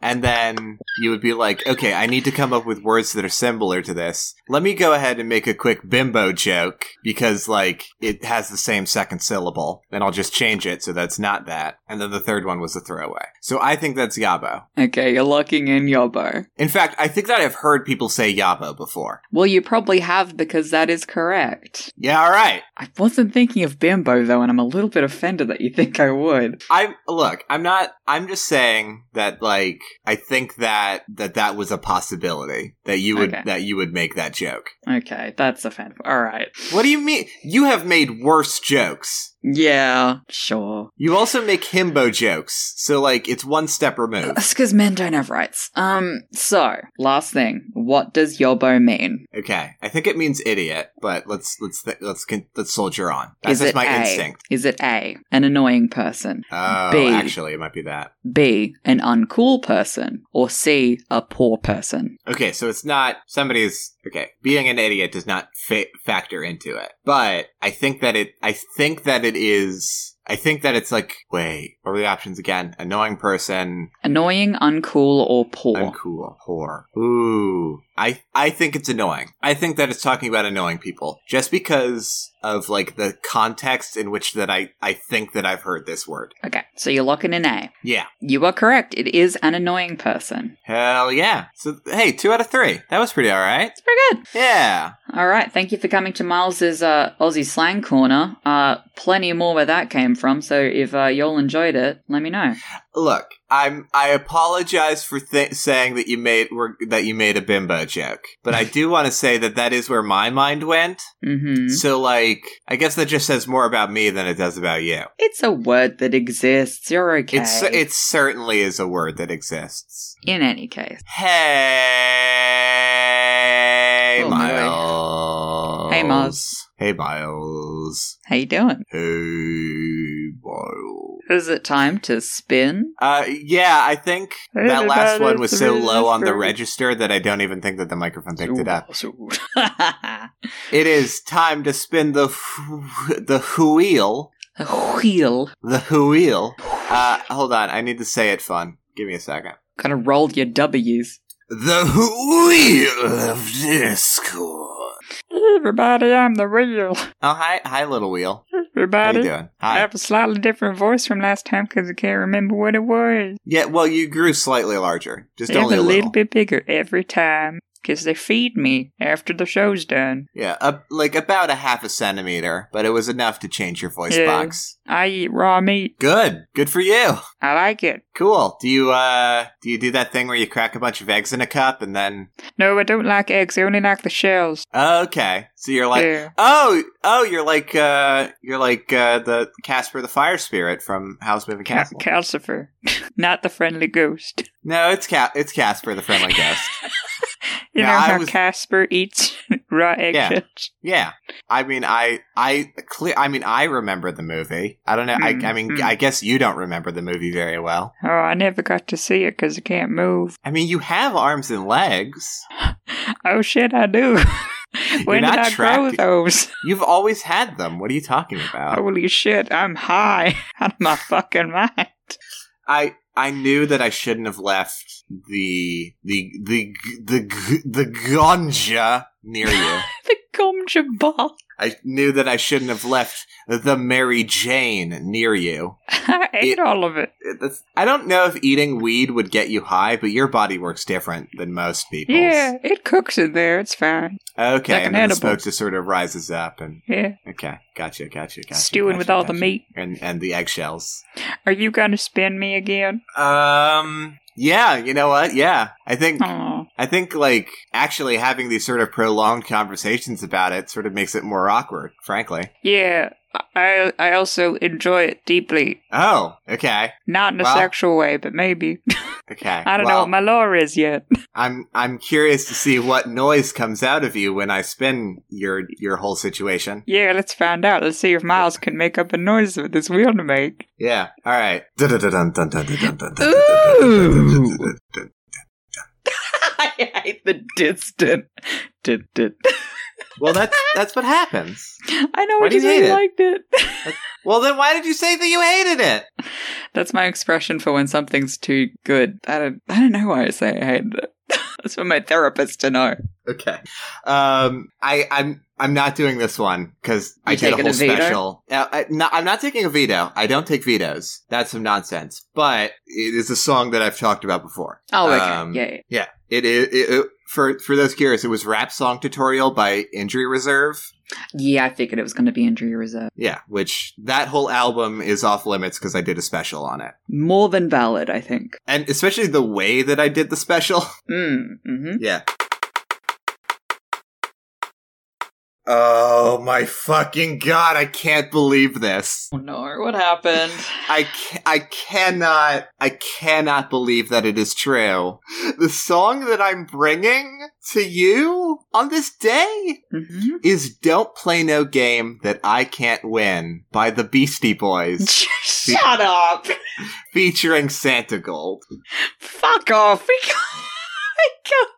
Speaker 3: and then you would be like, okay, I need to come up with words that are similar to this. Let me go ahead and make a quick bimbo joke, because, like, it has the same second syllable, and I'll just change it so that's not that. And then the third one was a throwaway. So I think that's Yabo.
Speaker 2: Okay, you're locking in Yobo.
Speaker 3: In fact, I think that I've heard people say Yabo before.
Speaker 2: Well, you probably have because that is correct.
Speaker 3: Yeah, alright.
Speaker 2: I wasn't thinking of Bimbo though, and I'm a little bit offended that you think I would.
Speaker 3: I look, I'm not I'm just saying that like I think that that that was a possibility that you would
Speaker 2: Okay.
Speaker 3: that you would make that joke.
Speaker 2: Okay, that's offensive. All right.
Speaker 3: What do you mean? You have made worse jokes.
Speaker 2: Yeah, sure.
Speaker 3: You also make himbo jokes. So like it's one step removed.
Speaker 2: That's because men don't have rights. Um, so, last thing. What does Yobo mean?
Speaker 3: Okay. I think it means idiot, but let's let's th- let's con- let's soldier on. That's
Speaker 2: is
Speaker 3: just
Speaker 2: it
Speaker 3: my
Speaker 2: A?
Speaker 3: instinct.
Speaker 2: Is it A, an annoying person?
Speaker 3: Oh,
Speaker 2: B.
Speaker 3: actually it might be that.
Speaker 2: B, an uncool person? Or C, a poor person?
Speaker 3: Okay, so it's not somebody's okay. Being an idiot does not fa- factor into it, but I think that it. I think that it is. I think that it's like wait. What were the options again? Annoying person,
Speaker 2: Annoying, uncool, or poor?
Speaker 3: uncool, whore. Ooh, I I think it's annoying. I think that it's talking about annoying people just because of like the context in which that I I think that I've heard this word.
Speaker 2: Okay, so you're locking in A.
Speaker 3: Yeah,
Speaker 2: You are correct. It is an annoying person.
Speaker 3: hell yeah. So hey, two out of three. That was pretty all right.
Speaker 2: It's pretty good.
Speaker 3: Yeah.
Speaker 2: All right, thank you for coming to Miles's uh, Aussie slang corner. Uh, plenty more where that came from. So if uh, y'all enjoyed it, let me know.
Speaker 3: Look, I'm. I apologize for th- saying that you made were, that you made a bimbo joke, but I do want to say that that is where my mind went.
Speaker 2: hmm
Speaker 3: So, like, I guess that just says more about me than it does about you.
Speaker 2: It's a word that exists. You're okay.
Speaker 3: It's uh, it certainly is a word that exists.
Speaker 2: in any case.
Speaker 3: Hey,
Speaker 2: Oh my
Speaker 3: Miles.
Speaker 2: Hey, Miles.
Speaker 3: Hey, Miles.
Speaker 2: How you doing?
Speaker 3: Hey, Miles.
Speaker 2: Is it time to spin?
Speaker 3: Uh, yeah, I think that last one was so low on the register that I don't even think that the microphone picked it up. It is time to spin the wh- the wheel,
Speaker 2: Wheel.
Speaker 3: the wheel. Uh, hold on, I need to say it fun. Give me a second.
Speaker 2: Gotta roll your W's.
Speaker 3: The wheel of discord.
Speaker 2: Everybody, I'm the wheel.
Speaker 3: Oh, hi, hi, little wheel. How you
Speaker 2: Everybody.
Speaker 3: doing?
Speaker 2: I
Speaker 3: Hi.
Speaker 2: have a slightly different voice from last time because I can't remember what it was.
Speaker 3: Yeah, well, you grew slightly larger, just
Speaker 2: They're
Speaker 3: only
Speaker 2: a
Speaker 3: a
Speaker 2: little
Speaker 3: little.
Speaker 2: bit bigger every time because they feed me after the show's done.
Speaker 3: Yeah, up, like about a half a centimeter, but it was enough to change your voice
Speaker 2: Yeah.
Speaker 3: box.
Speaker 2: I eat raw meat.
Speaker 3: Good, good for you.
Speaker 2: I like it.
Speaker 3: Cool. Do you uh do you do that thing where you crack a bunch of eggs in a cup and then oh,
Speaker 2: No, I don't like eggs. I only like the shells.
Speaker 3: okay. So you're like
Speaker 2: Yeah.
Speaker 3: Oh, oh, you're like uh you're like uh the Casper the Fire Spirit from House Moving
Speaker 2: Cal-
Speaker 3: Castle.
Speaker 2: Calcifer, not the friendly ghost.
Speaker 3: no, it's Ca- it's Casper the Friendly Ghost.
Speaker 2: You
Speaker 3: Yeah,
Speaker 2: know
Speaker 3: I
Speaker 2: how
Speaker 3: was-
Speaker 2: Casper eats raw eggshells.
Speaker 3: yeah. I mean I I clear I mean I remember the movie. I don't know.
Speaker 2: Mm,
Speaker 3: I I mean
Speaker 2: mm.
Speaker 3: I guess you don't remember the movie very well.
Speaker 2: Oh, I never got to see it because I can't move.
Speaker 3: I mean you have arms and legs.
Speaker 2: Oh shit, I do. when
Speaker 3: not
Speaker 2: did I
Speaker 3: trapped.
Speaker 2: grow those?
Speaker 3: You've always had them. What are you talking about?
Speaker 2: Holy shit, I'm high out of my fucking mind.
Speaker 3: I I knew that I shouldn't have left the the the the the, the ganja near you.
Speaker 2: the gumja ball.
Speaker 3: I knew that I shouldn't have left the Mary Jane near you.
Speaker 2: I ate
Speaker 3: It-
Speaker 2: all of it.
Speaker 3: It- that's- I don't know if eating weed would get you high, but your body works different than most people's.
Speaker 2: Yeah, it cooks in there. It's fine.
Speaker 3: Okay,
Speaker 2: Like an
Speaker 3: and then the
Speaker 2: edible.
Speaker 3: smoke just sort of rises up, and
Speaker 2: Yeah.
Speaker 3: okay, gotcha, gotcha, gotcha.
Speaker 2: Stewing
Speaker 3: gotcha,
Speaker 2: with all the
Speaker 3: gotcha.
Speaker 2: meat.
Speaker 3: and and the eggshells.
Speaker 2: Are you going to spin me again?
Speaker 3: Um. Yeah, you know what? Yeah, I think
Speaker 2: Oh,
Speaker 3: I think like actually having these sort of prolonged conversations about it sort of makes it more awkward, frankly.
Speaker 2: yeah. I I also enjoy it deeply.
Speaker 3: Oh, okay.
Speaker 2: Not in a
Speaker 3: Well-
Speaker 2: sexual way, but maybe.
Speaker 3: Okay.
Speaker 2: I don't know
Speaker 3: well,
Speaker 2: what my lore is yet.
Speaker 3: I'm I'm curious to see what noise comes out of you when I spin your your whole situation.
Speaker 2: yeah, let's find out. Let's see if Miles can make up a noise with his wheel to make.
Speaker 3: Yeah. All right.
Speaker 2: Ooh. I hate the distant. Did, did.
Speaker 3: Well, that's that's what happens.
Speaker 2: I know
Speaker 3: Why
Speaker 2: what
Speaker 3: do
Speaker 2: you
Speaker 3: you hate
Speaker 2: really
Speaker 3: it?
Speaker 2: liked it.
Speaker 3: Well, then why did you say that you hated it?
Speaker 2: That's my expression for when something's too good. I don't, I don't know why I say I hate it. That's for my therapist to know.
Speaker 3: Okay. Um, I, I'm I'm not doing this one because I
Speaker 2: You
Speaker 3: did a
Speaker 2: taking a
Speaker 3: whole
Speaker 2: veto?
Speaker 3: special. Uh, I, no, I'm not taking a veto. I don't take vetoes. That's some nonsense. But it is a song that I've talked about before.
Speaker 2: Oh, okay.
Speaker 3: Um,
Speaker 2: yeah, yeah.
Speaker 3: Yeah. It is it, it- for for those curious. It was rap song tutorial by Injury Reserve.
Speaker 2: Yeah, I figured it was going to be injury reserve.
Speaker 3: Yeah, which that whole album is off limits because I did a special on it,
Speaker 2: More than valid, I think.
Speaker 3: and especially the way that I did the special.
Speaker 2: Mm, hmm
Speaker 3: Yeah. Oh my fucking god, I can't believe this.
Speaker 2: Oh no, what happened?
Speaker 3: I, ca- I cannot, I cannot believe that it is true. The song that I'm bringing to you on this day
Speaker 2: hmm
Speaker 3: is Don't Play No Game That I Can't Win by the Beastie Boys
Speaker 2: Shut up!
Speaker 3: featuring Santa Gold.
Speaker 2: Fuck off! We go, we go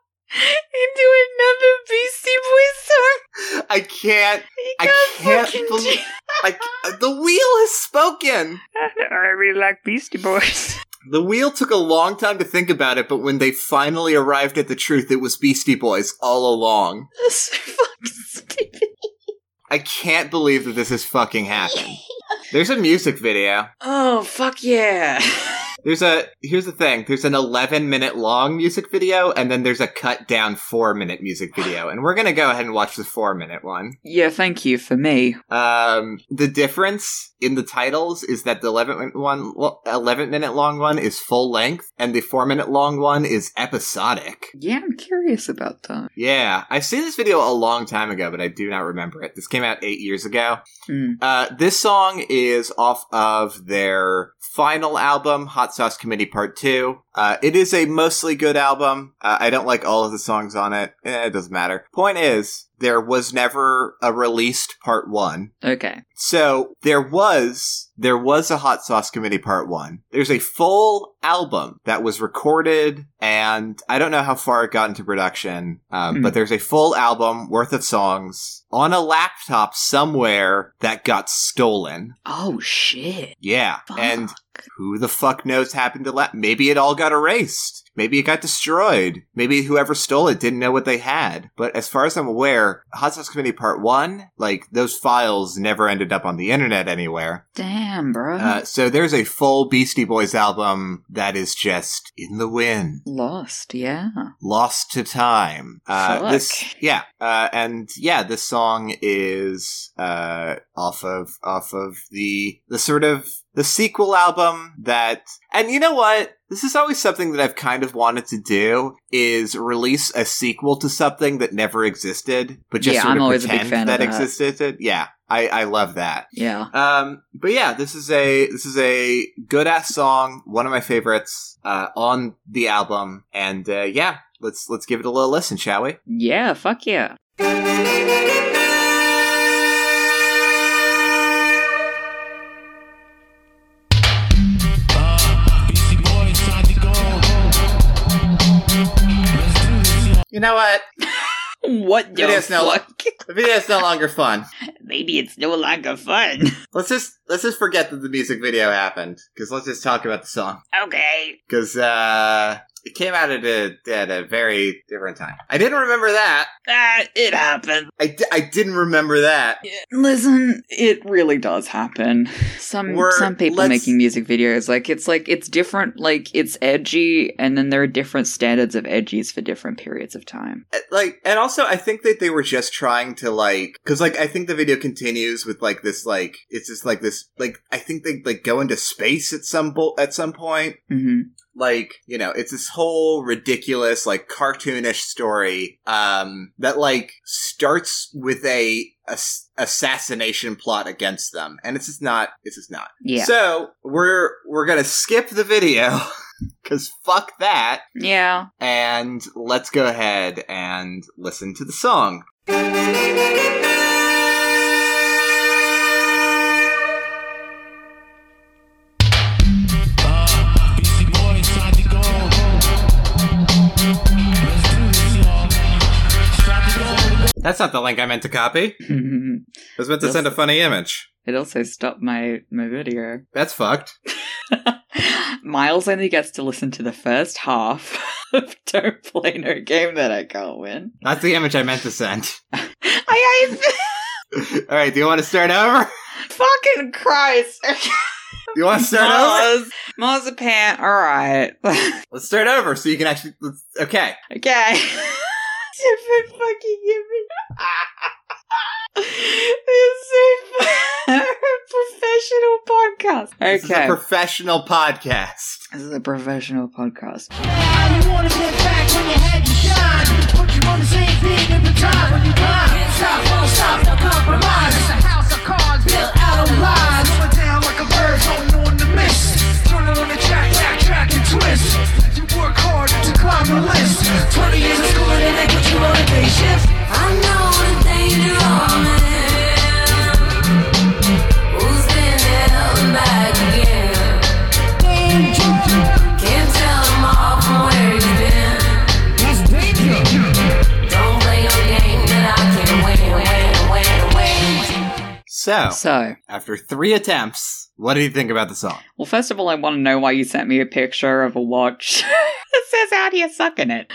Speaker 2: into another Beastie Boys song.
Speaker 3: I can't,
Speaker 2: You
Speaker 3: I
Speaker 2: can't
Speaker 3: can't
Speaker 2: fucking
Speaker 3: believe-
Speaker 2: do
Speaker 3: I, c- the wheel has spoken!
Speaker 2: that. I really like Beastie Boys.
Speaker 3: The wheel took a long time to think about it, but when they finally arrived at the truth, it was Beastie Boys all along.
Speaker 2: That's so fucking stupid.
Speaker 3: I can't believe that this has fucking happened. There's a music video.
Speaker 2: Oh fuck yeah!
Speaker 3: There's a here's the thing. There's an 11 minute long music video, and then there's a cut down four minute music video, and we're gonna go ahead and watch the four minute one.
Speaker 2: yeah, thank you for me.
Speaker 3: Um, the difference in the titles is that the 11 minute one, 11 minute long one is full length, and the four minute long one is episodic.
Speaker 2: Yeah, I'm curious about that.
Speaker 3: Yeah, I've seen this video a long time ago, but I do not remember it. This came out eight years ago.
Speaker 2: Hmm.
Speaker 3: Uh, this song is off of their final album, Hot Sauce Committee Part 2. Uh, it is a mostly good album. Uh, I don't like all of the songs on it. Eh, it doesn't matter. Point is, there was never a released Part 1.
Speaker 2: Okay.
Speaker 3: So there was there was a hot sauce committee part one. There's a full album that was recorded, and I don't know how far it got into production, um,
Speaker 2: Hmm.
Speaker 3: but there's a full album worth of songs on a laptop somewhere that got stolen.
Speaker 2: Oh shit.
Speaker 3: Yeah,
Speaker 2: Fuck.
Speaker 3: and who the fuck knows happened to la- maybe it all got erased maybe it got destroyed maybe whoever stole it didn't know what they had but as far as i'm aware hot sauce committee part one like those files never ended up on the internet anywhere
Speaker 2: damn, bro.
Speaker 3: uh, so there's a full beastie boys album that is just in the wind
Speaker 2: Lost, yeah.
Speaker 3: lost to time uh,
Speaker 2: Fuck.
Speaker 3: this yeah uh, and yeah this song is uh, off of off of the the sort of the sequel album that and you know what this is always something that i've kind of wanted to do is release a sequel to something that never existed but just
Speaker 2: Yeah,
Speaker 3: sort
Speaker 2: I'm
Speaker 3: of
Speaker 2: always a big
Speaker 3: pretend
Speaker 2: fan of
Speaker 3: that,
Speaker 2: that.
Speaker 3: existed yeah i i love that
Speaker 2: Yeah.
Speaker 3: um, but yeah, this is a this is a good ass song, one of my favorites uh, on the album, and uh, yeah, let's let's give it a little listen, shall we?
Speaker 2: Yeah, fuck yeah.
Speaker 3: You know what?
Speaker 2: What
Speaker 3: It is no-
Speaker 2: fuck?
Speaker 3: The video is no longer fun.
Speaker 2: Maybe it's no longer fun.
Speaker 3: Let's just let's just forget that the music video happened because let's just talk about the song
Speaker 2: Okay.
Speaker 3: because uh, it came out at a at a very different time. I didn't remember that.
Speaker 2: Ah, it happened.
Speaker 3: I, di- I didn't remember that.
Speaker 2: Listen, it really does happen. Some
Speaker 3: We're-
Speaker 2: some people
Speaker 3: let's-
Speaker 2: making music videos like it's like it's different like it's edgy and then there are different standards of edgies for different periods of time.
Speaker 3: Uh, like and also i think that they were just trying to like because like i think the video continues with like this like it's just like this like i think they like go into space at some bo- at some point
Speaker 2: hmm
Speaker 3: like you know it's this whole ridiculous like cartoonish story um that like starts with a, ass- assassination plot against them and it's just not it's just not
Speaker 2: Yeah.
Speaker 3: so we're we're gonna skip the video Because fuck that.
Speaker 2: Yeah.
Speaker 3: And let's go ahead and listen to the song.
Speaker 4: Beastie Boys trying to go. Let's do this, y'all. Trying to go.
Speaker 3: That's not the link I meant to copy. I
Speaker 2: it
Speaker 3: was meant to send a funny image.
Speaker 2: also stopped my my video.
Speaker 3: That's fucked.
Speaker 2: Miles only gets to listen to the first half of Don't Play No Game That I Can't Win.
Speaker 3: That's the image I meant to send.
Speaker 2: I hate this.
Speaker 3: All right, do you want to start over?
Speaker 2: Fucking Christ.
Speaker 3: You want to start over?
Speaker 2: Mars. Marzipan. All right.
Speaker 3: Let's start over so you can actually. Let's, okay.
Speaker 2: okay. Different fucking image. it's a professional podcast. Okay.
Speaker 3: This is a professional podcast.
Speaker 2: this is a professional podcast.
Speaker 8: I know the danger on him. Who's been held back again? Can't tell him all from where he's been. Don't play your game that I can win, win, win, win.
Speaker 3: So,
Speaker 2: So,
Speaker 3: after three attempts, what do you think about the song?
Speaker 2: well, first of all, I want to know why you sent me a picture of a watch. it says out here sucking it.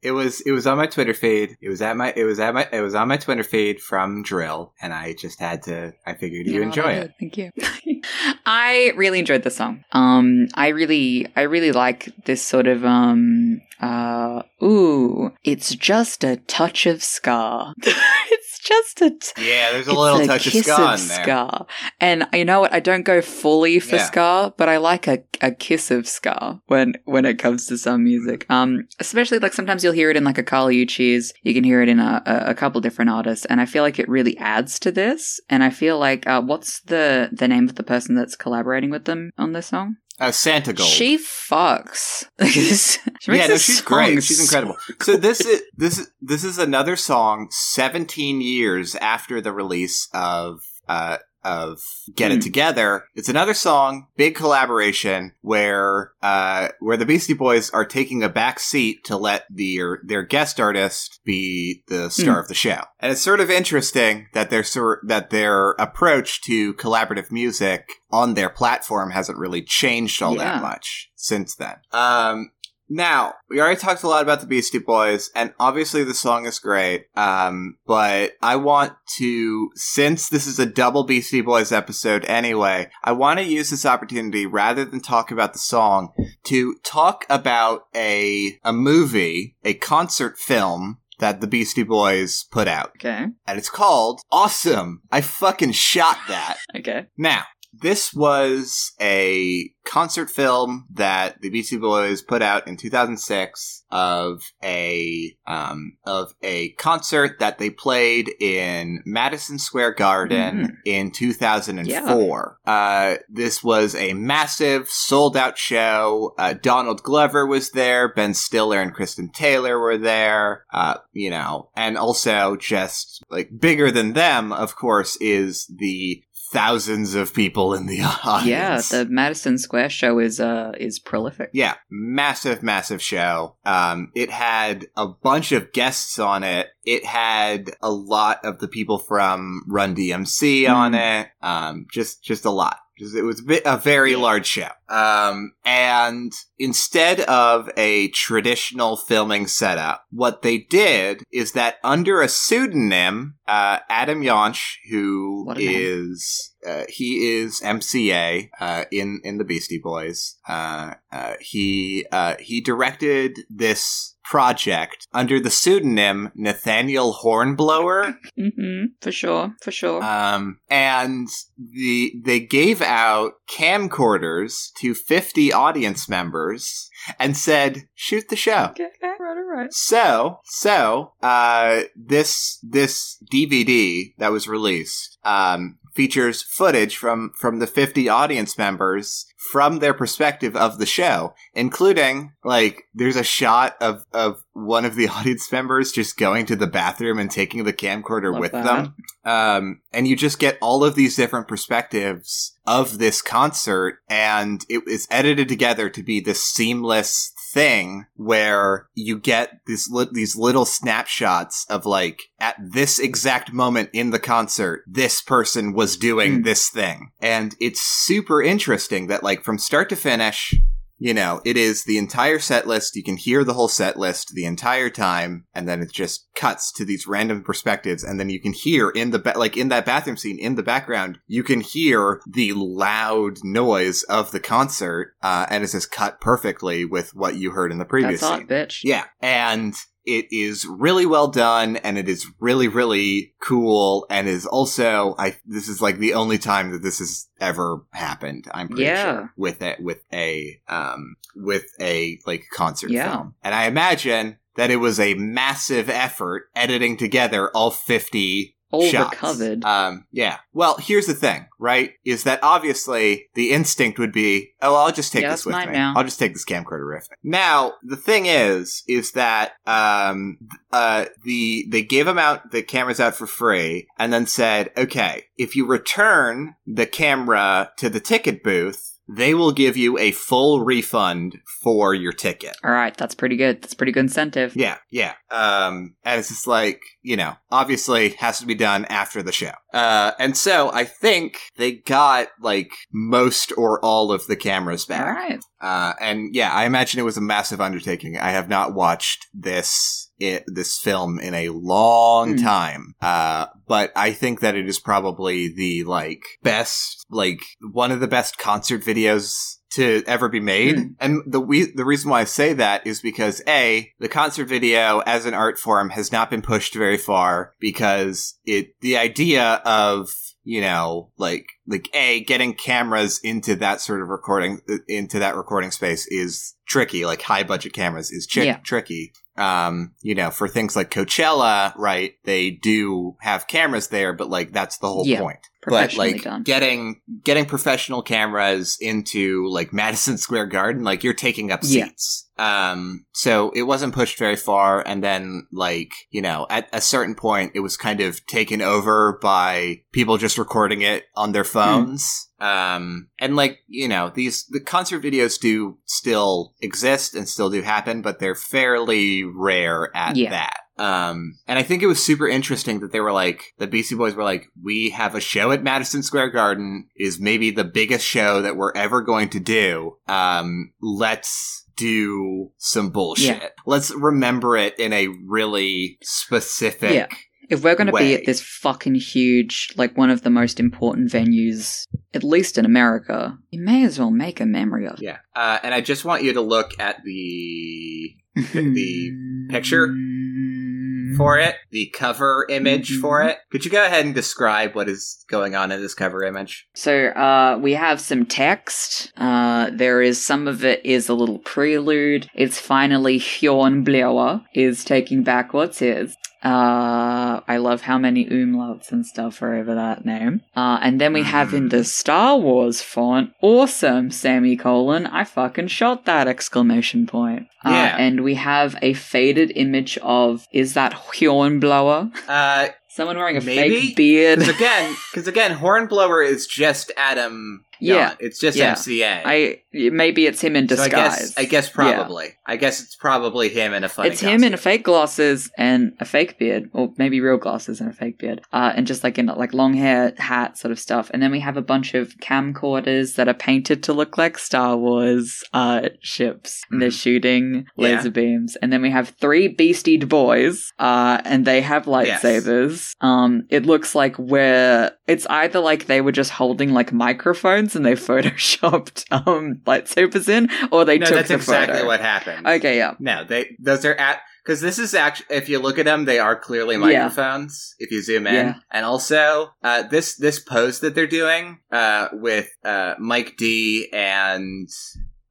Speaker 3: It was it was on my Twitter feed. It was at my it was at my it was on my Twitter feed from Drill, and I just had to. I figured you enjoy it.
Speaker 2: Oh, Thank you. I really enjoyed the song. Um, I really, I really like this sort of um, uh, ooh, it's just a touch of scar. it's just a. T-
Speaker 3: Yeah, there's a
Speaker 2: it's
Speaker 3: little touch of
Speaker 2: kiss
Speaker 3: ska in there.
Speaker 2: Scar. And you know what? I don't go fully for
Speaker 3: Yeah.
Speaker 2: scar, but I like a, a kiss of scar when when it comes to some music.
Speaker 3: Mm-hmm.
Speaker 2: Um, especially like sometimes you'll hear it in like a Carly Uchis. You can hear it in a, a, a couple different artists, and I feel like it really adds to this. And I feel like uh, what's the the name of the person that's collaborating with them on this song?
Speaker 3: Oh, Santa Gold.
Speaker 2: She fucks. she makes
Speaker 3: yeah, no,
Speaker 2: this
Speaker 3: she's
Speaker 2: song
Speaker 3: great. She's
Speaker 2: so
Speaker 3: incredible. So this is this is this is another song 17 years after the release of uh of Get
Speaker 2: Hmm.
Speaker 3: It Together. It's another song, big collaboration where uh where the Beastie Boys are taking a back seat to let their their guest artist be the
Speaker 2: Hmm.
Speaker 3: star of the show. And it's sort of interesting that their sor- that their approach to collaborative music on their platform hasn't really changed all
Speaker 2: Yeah.
Speaker 3: that much since then. Um now, we already talked a lot about the Beastie Boys, and obviously the song is great. Um, but I want to, since this is a double Beastie Boys episode anyway, I want to use this opportunity rather than talk about the song to talk about a a movie, a concert film that the Beastie Boys put out,
Speaker 2: Okay.
Speaker 3: and it's called Awesome. I fucking shot that.
Speaker 2: Okay.
Speaker 3: Now, this was a concert film that the Beastie Boys put out in 2006 of a um, of a concert that they played in Madison Square Garden
Speaker 2: Mhm.
Speaker 3: in 2004. Uh, this was a massive sold out show. Uh, Donald Glover was there, Ben Stiller and Kristen Taylor were there, uh, you know, and also just like bigger than them, of course, is the thousands of people in the
Speaker 2: Yeah,
Speaker 3: audience.
Speaker 2: the Madison Square show is uh is prolific.
Speaker 3: Yeah, massive, massive show. Um, it had a bunch of guests on it. It had a lot of the people from Run DMC on
Speaker 2: Mm.
Speaker 3: it. Um, just, just a lot. Just, it was a, bit, a very large show. Um, and instead of a traditional filming setup, what they did is that under a pseudonym, uh, Adam Yonch, who
Speaker 2: What a name.
Speaker 3: is uh, he is MCA uh, in in the Beastie Boys. Uh, uh, he uh, he directed this project under the pseudonym Nathaniel Hornblower.
Speaker 2: hmm For sure. For sure.
Speaker 3: Um, and the they gave out camcorders to 50 audience members and said, "Shoot the show."
Speaker 2: okay. okay, Right. All right.
Speaker 3: So, so uh, this this DVD that was released um, features footage from from the 50 audience members from their perspective of the show, including like there's a shot of of one of the audience members just going to the bathroom and taking the camcorder
Speaker 2: Love
Speaker 3: with
Speaker 2: that.
Speaker 3: them. Um, and you just get all of these different perspectives of this concert, and it is edited together to be this seamless thing where you get these li- these little snapshots of like at this exact moment in the concert, this person was doing
Speaker 2: Mm.
Speaker 3: this thing, and it's super interesting that like from start to finish, you know, it is the entire set list. You can hear the whole set list the entire time, and then it just cuts to these random perspectives, and then you can hear in the ba- like in that bathroom scene in the background, you can hear the loud noise of the concert, uh, and it's just cut perfectly with what you heard in the previous
Speaker 2: That's hot,
Speaker 3: scene.
Speaker 2: bitch.
Speaker 3: Yeah. And it is really well done and it is really, really cool and is also I this is like the only time that this has ever happened, I'm pretty
Speaker 2: Yeah.
Speaker 3: sure. With it with a um with a like concert
Speaker 2: Yeah.
Speaker 3: film. And I imagine that it was a massive effort editing together all fifty
Speaker 2: All
Speaker 3: shots.
Speaker 2: recovered.
Speaker 3: Um, yeah. Well, here's the thing, right? Is that obviously the instinct would be, oh, I'll just take
Speaker 2: Yeah,
Speaker 3: this
Speaker 2: that's
Speaker 3: with
Speaker 2: mine
Speaker 3: me.
Speaker 2: now.
Speaker 3: I'll just take this camcorder riff. Now, the thing is, is that um, uh, the they gave them out the cameras out for free, and then said, okay, if you return the camera to the ticket booth. They will give you a full refund for your ticket.
Speaker 2: All right, that's pretty good. That's pretty good incentive.
Speaker 3: Yeah, yeah. Um, and it's just like you know, obviously has to be done after the show. Uh, and so I think they got like most or all of the cameras
Speaker 2: All
Speaker 3: back.
Speaker 2: right.
Speaker 3: Uh, and yeah, I imagine it was a massive undertaking. I have not watched this it, this film in a long
Speaker 2: Hmm.
Speaker 3: time, uh, but I think that it is probably the like best, like one of the best concert videos to ever be made.
Speaker 2: Hmm.
Speaker 3: And the we- the reason why I say that is because a the concert video as an art form has not been pushed very far because it the idea of you know, like like a getting cameras into that sort of recording uh, into that recording space is tricky. Like high budget cameras is chi-
Speaker 2: Yeah.
Speaker 3: tricky. Um, you know, for things like Coachella, right? They do have cameras there, but like that's the whole
Speaker 2: Yeah.
Speaker 3: point but
Speaker 2: Professionally
Speaker 3: like
Speaker 2: done.
Speaker 3: getting getting professional cameras into like Madison Square Garden, like you're taking up
Speaker 2: Yeah.
Speaker 3: seats. Um, so it wasn't pushed very far, and then like you know, at a certain point, it was kind of taken over by people just recording it on their phones. Um, and like you know, these the concert videos do still exist and still do happen, but they're fairly rare at
Speaker 2: Yeah.
Speaker 3: that. Um, and I think it was super interesting that they were like, the Beastie Boys were like, we have a show at Madison Square Garden, is maybe the biggest show that we're ever going to do. Um, let's do some bullshit. Let's remember it in a really specific.
Speaker 2: Yeah. If we're going to be
Speaker 3: way.
Speaker 2: at this fucking huge, like one of the most important venues, at least in America, you may as well make a memory of it.
Speaker 3: Yeah. Uh, and I just want you to look at the the picture for it, the cover image for it. Could you go ahead and describe what is going on in this cover image?
Speaker 2: So uh, we have some text. Uh, there is some of it is a little prelude. It's finally Hjornblower is taking back what's his. Uh, I love how many umlauts and stuff are over that name. Uh, and then
Speaker 3: Mm-hmm.
Speaker 2: we have in the Star Wars font, awesome semicolon. I fucking shot that exclamation point. Uh,
Speaker 3: Yeah.
Speaker 2: And we have a faded image of is that Hjornblower?
Speaker 3: Uh,
Speaker 2: Someone wearing a
Speaker 3: Maybe?
Speaker 2: fake beard.
Speaker 3: Because again, because again, Hornblower is just Adam. John.
Speaker 2: Yeah.
Speaker 3: it's just
Speaker 2: Yeah.
Speaker 3: MCA.
Speaker 2: I maybe it's him in
Speaker 3: So I
Speaker 2: disguise.
Speaker 3: guess I guess probably. I guess it's probably him in a funny.
Speaker 2: it's him in
Speaker 3: costume.
Speaker 2: fake glasses and a fake beard, or maybe real glasses and a fake beard, uh, and just like in like long hair, hat sort of stuff. And then we have a bunch of camcorders that are painted to look like Star Wars uh, ships, and they're shooting
Speaker 3: Mm-hmm. Yeah.
Speaker 2: laser beams. And then we have three beastied boys, uh, and they have lightsabers. Um, it looks like where it's either like they were just holding like microphones and they photoshopped um, lightsabers in, or they
Speaker 3: No,
Speaker 2: took
Speaker 3: that's
Speaker 2: the
Speaker 3: exactly
Speaker 2: photo.
Speaker 3: what happened.
Speaker 2: Okay, yeah.
Speaker 3: No, they those are at because this is actually if you look at them, they are clearly
Speaker 2: Yeah.
Speaker 3: microphones. If you zoom in,
Speaker 2: Yeah.
Speaker 3: and also uh, this this pose that they're doing uh, with uh, Mike D and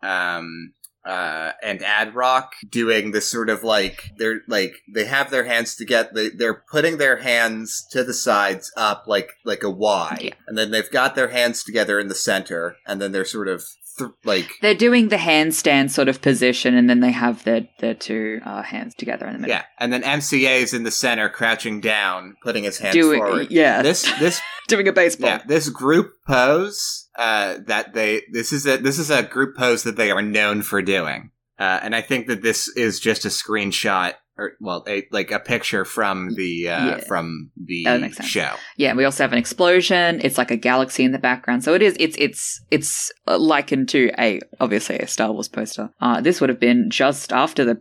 Speaker 3: um, uh, and Ad Rock doing this sort of like they're like they have their hands together. They, they're putting their hands to the sides up like like a Y,
Speaker 2: Yeah.
Speaker 3: and then they've got their hands together in the center, and then they're sort of th- like
Speaker 2: They're doing the handstand sort of position, and then they have their their two uh, hands together in the middle.
Speaker 3: yeah, and then MCA is in the center, crouching down, putting his hands
Speaker 2: Doing-
Speaker 3: forward.
Speaker 2: yeah.
Speaker 3: this this
Speaker 2: doing a baseball.
Speaker 3: Yeah, this group pose uh, that they this is a this is a group pose that they are known for doing, uh, and I think that this is just a screenshot or well, a, like a picture from the uh,
Speaker 2: Yeah.
Speaker 3: from the
Speaker 2: That makes sense.
Speaker 3: show.
Speaker 2: Yeah, we also have an explosion. It's like a galaxy in the background, so it is. It's it's it's uh, likened to a obviously a Star Wars poster. Uh, this would have been just after the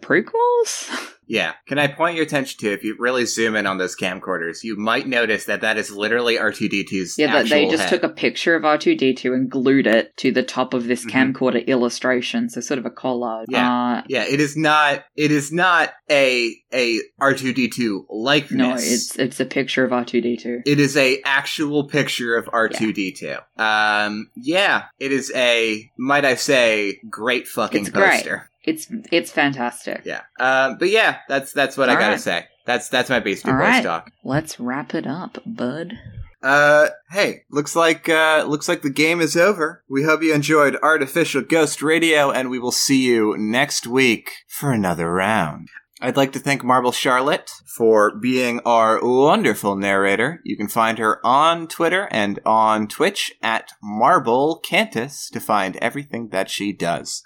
Speaker 2: prequels.
Speaker 3: Yeah, can I point your attention to if you really zoom in on those camcorders, you might notice that that is literally R two D 2s
Speaker 2: yeah, that they just
Speaker 3: head.
Speaker 2: took a picture of R two D two and glued it to the top of this
Speaker 3: Mhm.
Speaker 2: camcorder illustration. So sort of a collage. Uh,
Speaker 3: yeah, it is not. It is not a a R two D two likeness.
Speaker 2: no, it's it's a picture of R two D two.
Speaker 3: It is a actual picture of R two D two. Um, yeah, it is a might I say great fucking
Speaker 2: It's great.
Speaker 3: poster.
Speaker 2: It's it's fantastic.
Speaker 3: Yeah, um, but yeah, that's that's what I
Speaker 2: All
Speaker 3: gotta
Speaker 2: right.
Speaker 3: say. That's that's my Beastie
Speaker 2: All
Speaker 3: Boys
Speaker 2: right.
Speaker 3: talk.
Speaker 2: Let's wrap it up, bud.
Speaker 3: Uh, hey, looks like uh, looks like the game is over. We hope you enjoyed Artificial Ghost Radio, and we will see you next week for another round. I'd like to thank Marble Charlotte for being our wonderful narrator. You can find her on Twitter and on Twitch at Marble Cantus to find everything that she does.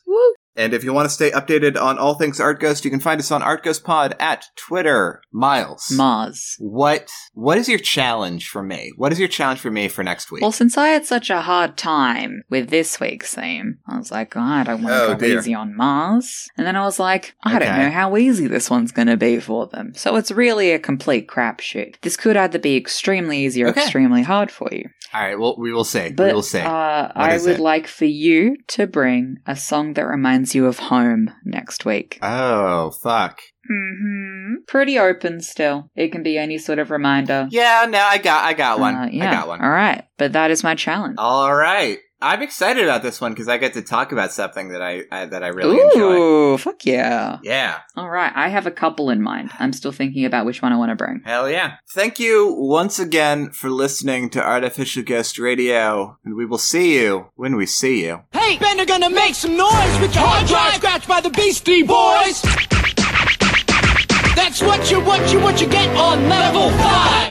Speaker 3: And if you want to stay updated on all things Art Ghost, you can find us on Art Ghost Pod at Twitter. Miles.
Speaker 2: Mars.
Speaker 3: What what is your challenge for me? What is your challenge for me for next week?
Speaker 2: Well, since I had such a hard time with this week's theme, I was like, oh, I don't want to
Speaker 3: Oh,
Speaker 2: go
Speaker 3: dear.
Speaker 2: easy on Mars. And then I was like, I don't
Speaker 3: Okay.
Speaker 2: know how easy this one's going to be for them. So it's really a complete crapshoot. This could either be extremely easy or
Speaker 3: Okay.
Speaker 2: extremely hard for you.
Speaker 3: All right, well we will see.
Speaker 2: But
Speaker 3: we will see.
Speaker 2: Uh,
Speaker 3: What
Speaker 2: I
Speaker 3: is
Speaker 2: would
Speaker 3: it?
Speaker 2: like for you to bring a song that reminds you of home next week.
Speaker 3: oh fuck.
Speaker 2: hmm Pretty open still. It can be any sort of reminder.
Speaker 3: Yeah, no, I got I got one.
Speaker 2: Uh, yeah.
Speaker 3: I got one.
Speaker 2: All right. But that is my challenge.
Speaker 3: All right. I'm excited about this one because I get to talk about something that I, I that I really enjoy.
Speaker 2: Ooh, fuck yeah.
Speaker 3: Yeah.
Speaker 2: All right, I have a couple in mind. I'm still thinking about which one I want to bring.
Speaker 3: Hell yeah. Thank you once again for listening to Artificial Ghost Radio, and we will see you when we see you.
Speaker 4: Hey, Ben are gonna make some noise with your hard drive scratched by the Beastie Boys. That's what you, what you, what you get on level five.